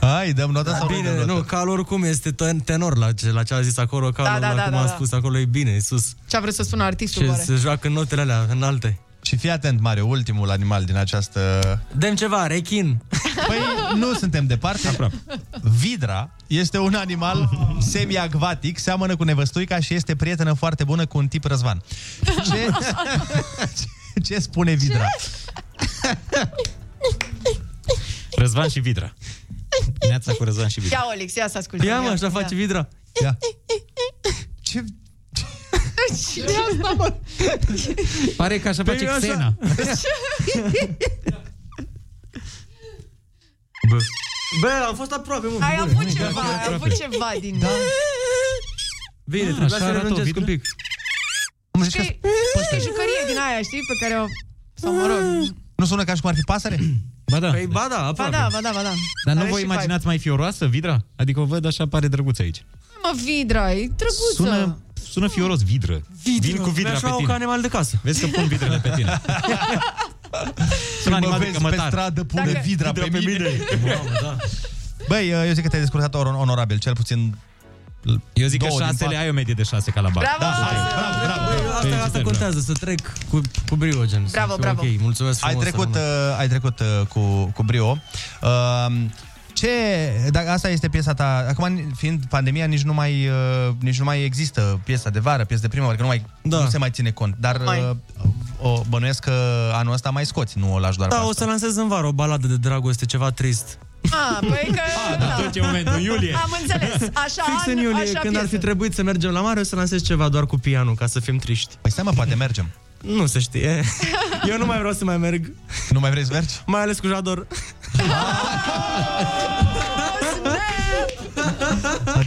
Hai, dăm nota sau Bine, nu, cal oricum este ten- tenor la ce, la ce a zis acolo, calul da, da, la da, cum da, a da. spus acolo, e bine, e sus. Ce a vrut să spună artistul, Ce oare? se joacă notele alea înalte. Și fii atent, Mario, ultimul animal din această... Dăm ceva, rechin. Păi nu suntem departe. Aproape. Vidra este un animal semi-acvatic, seamănă cu nevăstuica și este prietenă foarte bună cu un tip răzvan. Ce, ce spune Vidra? Răzvan și Vidra. Neața cu Răzvan și Vidra. Ia, Olix, ia să ascultăm. Ia, mă, așa face Vidra. Ia. Ce... Cine e asta, mă? Pare că așa Păi face eu așa- Xena. Bă. Bă, am fost aproape, mă. Ai bune. avut Da, ceva, aproape. ai avut ceva din... Da. Bine, Ah, trebuie așa să arată o renunțesc un vidră? pic. Știi, știi jucărie din aia, știi, pe care o... Sau mă rog... Nu sună ca și cum ar fi pasăre? Ba da. Păi ba da, Ba aproape. da, ba da, ba da. Dar nu Are vă și imaginați mai fioroasă, Vidra? Adică o văd așa, pare drăguță aici. vibe. Mă, Vidra, e drăguță. Sună, sună fioros, Vidră. Vidră. Vin cu Vidra Mi-aș pe lua tine. ca animal de casă. Vezi că pun vidrele pe tine. Sunt animal de cămătar. Dacă- pe mine. Mamă, da. Băi, eu zic că te-ai descurcat or- onorabil, cel puțin Eu zic Două că din șasele patru. ai o medie de șase ca la bar. Da, Bravo! Păi Bă, Asta, asta contează, să trec cu, cu brio, gen. să Bravo, fiu bravo. Ok, mulțumesc ai frumos. trecut, rămân. uh, ai trecut uh, cu, cu brio. Uh, ce, dacă asta este piesa ta, acum fiind pandemia, nici nu mai, uh, nici nu mai există piesa de vară, piesa de primăvară, că nu, mai, da. nu se mai ține cont. Dar uh, o, bănuiesc că anul ăsta mai scoți, nu o lași doar pe Da, asta. o să lansez în vară o baladă de dragoste, ceva trist. A, păi că... tot ce moment, în iulie. Am înțeles. Așa Fix an, în iulie, așa când piesă. ar fi trebuit să mergem la mare, o să lansez ceva doar cu pianul, ca să fim triști. Păi stai mă, poate mergem. Nu se știe. Eu nu mai vreau să mai merg. Nu mai vrei să mergi? Mai ales cu Jador.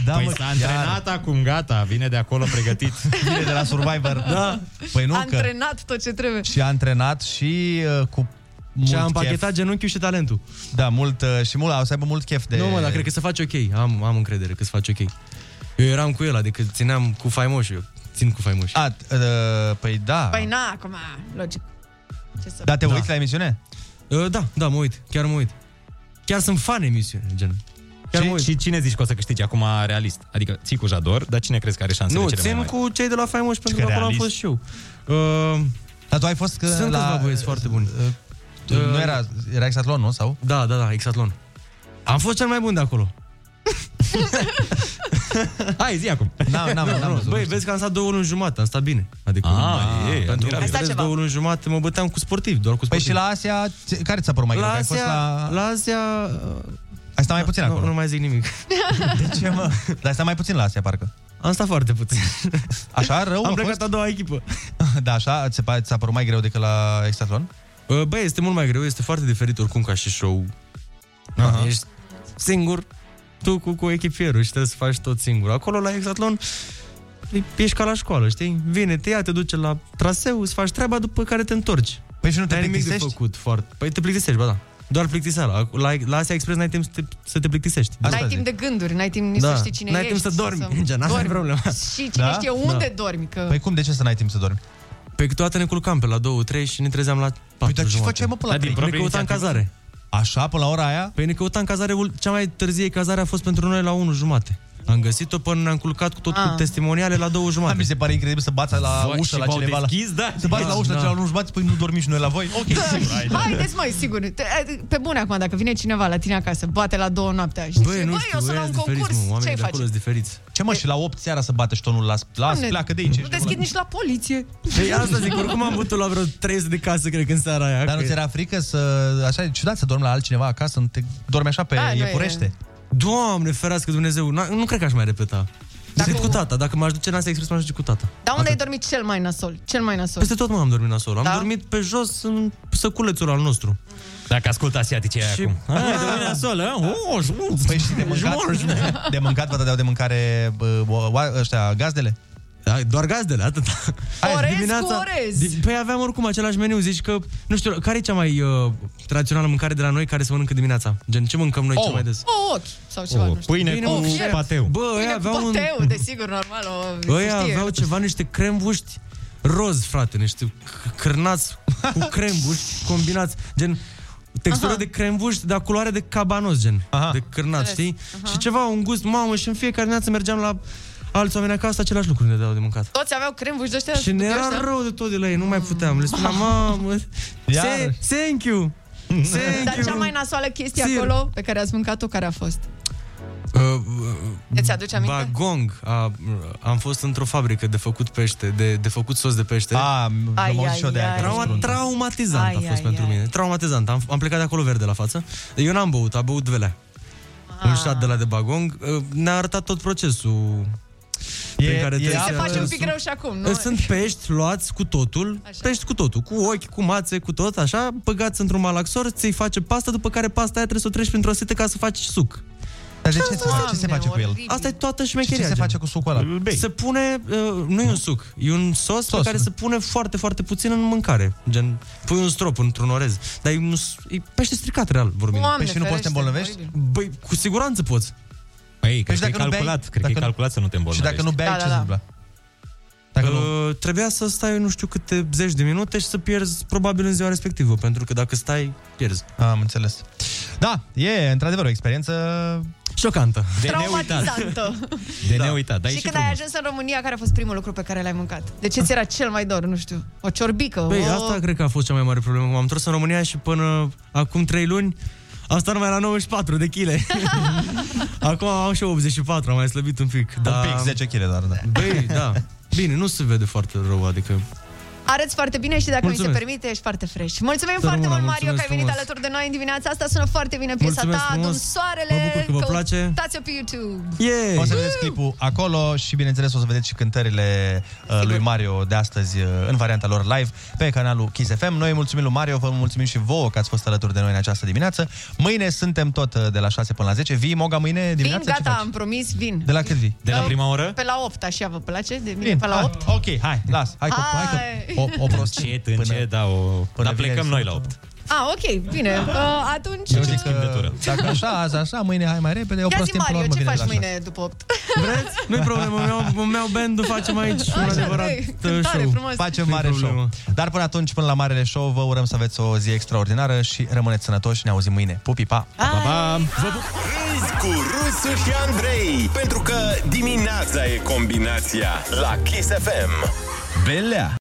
Da, păi s-a antrenat acum, gata, vine de acolo pregătit. Vine de la Survivor. Da. Păi nu, A că Antrenat tot ce trebuie. și a antrenat și uh, cu mult Și am chef. pachetat genunchiul și talentul. Da, mult uh, și mult, o să aibă mult chef de... Nu, mă, dar cred că se face ok. Am, am încredere că se face ok. Eu eram cu el, adică țineam cu faimoșul. Eu țin cu faimoșul. A, uh, păi da. Păi na, acum, logic. Ce să... Dar te uiți la emisiune? Da. Uh, da, da, mă uit. Chiar mă uit. Chiar sunt fan emisiune, gen. Chiar mă Și, uit. și cine zici că o să câștigi acum realist? Adică ții cu Jador, dar cine crezi că are șansele Nu, cele mai țin mari? cu cei de la faimoși pentru că acolo am realist. fost și eu. Uh, Dar tu ai fost că Sunt la- Uh, câțiva băieți foarte buni. Uh, Tu nu era- era exatlon, nu? Sau? Da, da, da, exatlon. Am fost cel mai bun de acolo. Hai, zi acum. N-am, n-am, n-am văzut. Băi, vezi că am stat două luni jumate, am stat bine. Adică, Ah, da, e, pentru admirabil. că Ai stat vedeți, ceva. două luni jumate mă băteam cu sportivi, doar cu Păi sportivi. și la Asia, ți- care ți-a părut mai greu? la Că ai fost Asia, la... la Asia... Ai stat mai puțin nu, acolo. Nu mai zic nimic. De ce, mă? Dar ai stat mai puțin la Asia, parcă. Am stat foarte puțin. Așa, rău am a plecat fost? a doua echipă. Da, așa, ți pa- ți-a părut mai greu decât la exatlon? Uh, Băi, este mult mai greu, este foarte diferit oricum ca și show. Aha. Ești singur, tu cu, cu echipierul și trebuie să faci tot singur. Acolo, la Exatlon, ești ca la școală, știi? Vine, te ia, te duce la traseu, îți faci treaba, după care te întorci. Păi și nu te N-ai nimic de plictisești? făcut foarte. Păi te plictisești, ba da. Doar plictiseala. La, la Asia Express n-ai timp să te, să te plictisești. N-ai timp de gânduri, n-ai timp nici Da. să știi cine N-ai ești. timp să dormi, sau gen, asta e problema. Și cine Da? știe unde Da. dormi, că... Păi cum, de ce să n-ai timp să dormi? Pe câteodată Păi ne culcam pe la 2-3 și ne trezeam la 4 Păi dar ce făceai, mă, până la Dar din trei? Ne proprie căutam inițiativă? cazare. Așa, până la ora aia? Păi ne căutam cazare, ul- cea mai târzie cazare a fost pentru noi la 1 jumate. Am găsit-o până ne-am culcat cu tot Ah. cu testimoniale la 2 jumate. Mi se pare incredibil să bați la Voi ușă și la v-au cineva. la- deschis, da? Să bați la Da, ușă la da. cineva, nu-și bați, păi nu dormim și noi la voi? Ok, sigur, hai, da. Haideți, mai sigur. Te- Pe bune acum, dacă vine cineva la tine acasă, bate la două noaptea și zice, băi, eu sunt la un concurs, ce ai face? diferiți. Ce mă, și la 8 seara să bate ștonul la... Las, Doamne, pleacă de aici. Nu deschid nici la poliție. Păi asta zic, oricum am bătut la vreo 300 de case, cred, în seara aia. Dar nu că- ți era frică să... Așa e ciudat să dormi la altcineva acasă, nu te dormi așa pe Da, nu e- iepurește. Doamne, ferească Dumnezeu, n- nu cred că aș mai repeta. Dacă... Cred cu tata. Dacă m-aș duce în Asia Express, m-aș duce cu tata. Dar unde ai dormit cel mai nasol? Cel mai nasol. Peste tot mă am dormit nasol. Am dormit pe jos în săculețul al nostru. Dacă ascultă asiatice Și- acum. Ah, Ah. domnule Nasol, Oh, Păi și de mâncat, de mâncat vă dădeau de mâncare bă, o- o- ăștia, gazdele? Da, doar gazdele, atât. Orez cu orez. Di- Păi aveam oricum același meniu, zici că, nu știu, care e cea mai uh, tradițională mâncare de la noi care se mănâncă dimineața? Gen, ce mâncăm noi cel mai des? O ochi sau ceva, nu știu. O fier. Bă, Pâine ăia cu aveau, un, pateu, desigur, normal. O, ăia se știe. aveau ceva, niște crembuști roz, frate, niște c- cârnați cu crembuști combinați, gen textură Aha. de crembuști, dar culoare de cabanos, gen, Aha. de cârnați, Înțeles. știi? Și ceva, un gust, mamă, și în fiecare dimineață mergeam la alți oameni acasă, același lucru ne dau de mâncat. Toți aveau crembuși de ăștia. Și ne era ăștia. rău de tot de la ei, nu mai puteam. Le spuneam, mamă, Iar. se- thank you. Thank Dar you. Da, cea mai nasoală chestie Sir. acolo pe care ați mâncat-o, care a fost? Uh, Îți aduce aminte? Bagong, a, am fost într-o fabrică de făcut pește, de, de făcut sos de pește. Ah, A, am auzit și eu de aia, ai, că ai. Trauma, sunt traumatizant Ai, a fost ai, pentru mine. Traumatizant. Am, am plecat de acolo verde la față. Eu n-am băut, a băut velea. Ah. Un șat de la de Bagong. Uh, Ne-a arătat tot procesul e, prin care Ți trebuie se să- face un pic să- rău și acum, nu? Deci Sunt pești luați cu totul, așa. pești cu totul, cu ochi, cu mațe, cu tot, așa, băgați într-un malaxor, ți-i face pasta, după care pasta aia trebuie să o treci printr-o sită ca să faci suc. Dar de ce, ce, é ce se é face cu el? Asta e toată șmecheria. Și ce se gen. face cu sucul ăla? Îl bei. Se pune, uh, nu e un suc, e un sos pe Sos. care se pune foarte, foarte puțin în mâncare. Gen, pui un strop într-un orez. Dar e, un, s- e pește stricat, real, vorbind. Doamne Păi și nu poți să te ferește, îmbolnăvești? Băi, cu siguranță poți. Păi, cred Și că e dacă nu bei- calculat. Cred că e dacă nu- calculat să nu te Și îmbolnăvești. dacă nu bei, Da, ce da, se da. întâmplă? Dacă uh, nu... Trebuia să stai nu știu câte zeci de minute și să pierzi probabil în ziua respectivă, pentru că dacă stai, pierzi. Am înțeles. Da, e într-adevăr o experiență... Șocantă. Traumatizantă. De neuitat. Da, și, când ai ajuns în România, care a fost primul lucru pe care l-ai mâncat? De ce ți era cel mai dor, nu știu? O ciorbică? Păi o... asta cred că a fost cea mai mare problemă. M-am întors în România și până acum 3 luni am stat numai la 94 de kg. acum am și eu 84, am mai slăbit un pic. Un pic, 10 kg doar, da. Băi, da. Bine, nu se vede foarte rău, adică... Arăți foarte bine și dacă mi Mulțumesc. se permite, ești foarte fresh. Mulțumim Să foarte rămână, mult, Mario, că ai mulțumesc venit frumos. alături de noi în dimineața asta. Sună foarte bine piesa Mulțumesc ta, frumos. Adun Soarele. Mă bucur că vă place. Dați-o pe YouTube. Yeah. O să vedeți clipul acolo și, bineînțeles, o să vedeți și cântările uh, lui Mario de astăzi uh, în varianta lor live pe canalul Kiss FM. Noi îi mulțumim lui Mario, vă mulțumim și vouă că ați fost alături de noi în această dimineață. Mâine suntem tot uh, de la 6 până la 10. Vii, Moga, mâine Vin, dimineața? gata, am promis, vin. De la cât vii? Da, Pe la 8, așa vă place? De mine, Bine, pe la hai, 8? Ok, hai, las, hai că, hai, Hai. că o, o prostie. Încet, încet, da, o... Dar plecăm noi la 8. Ah, ok, bine. Uh, atunci... Eu zic că, dacă așa, azi așa, mâine hai mai repede, Deci, o Ia zi, prostim până la Mario, urmă ce vine de faci la șase. mâine după 8? Vreți? Nu-i problemă, meu, meu bandul facem aici un Așa, adevărat dai, uh, cântare show. frumos. Facem Nu-i mare problemă. show. Dar până atunci, până la marele show, vă urăm să aveți o zi extraordinară și rămâneți sănătoși. Ne auzim mâine. Pupi, pa! Pa, pa, pa! Vă pup! Râzi cu Rusu și Andrei Pentru că dimineața e combinația La Kiss FM Belea!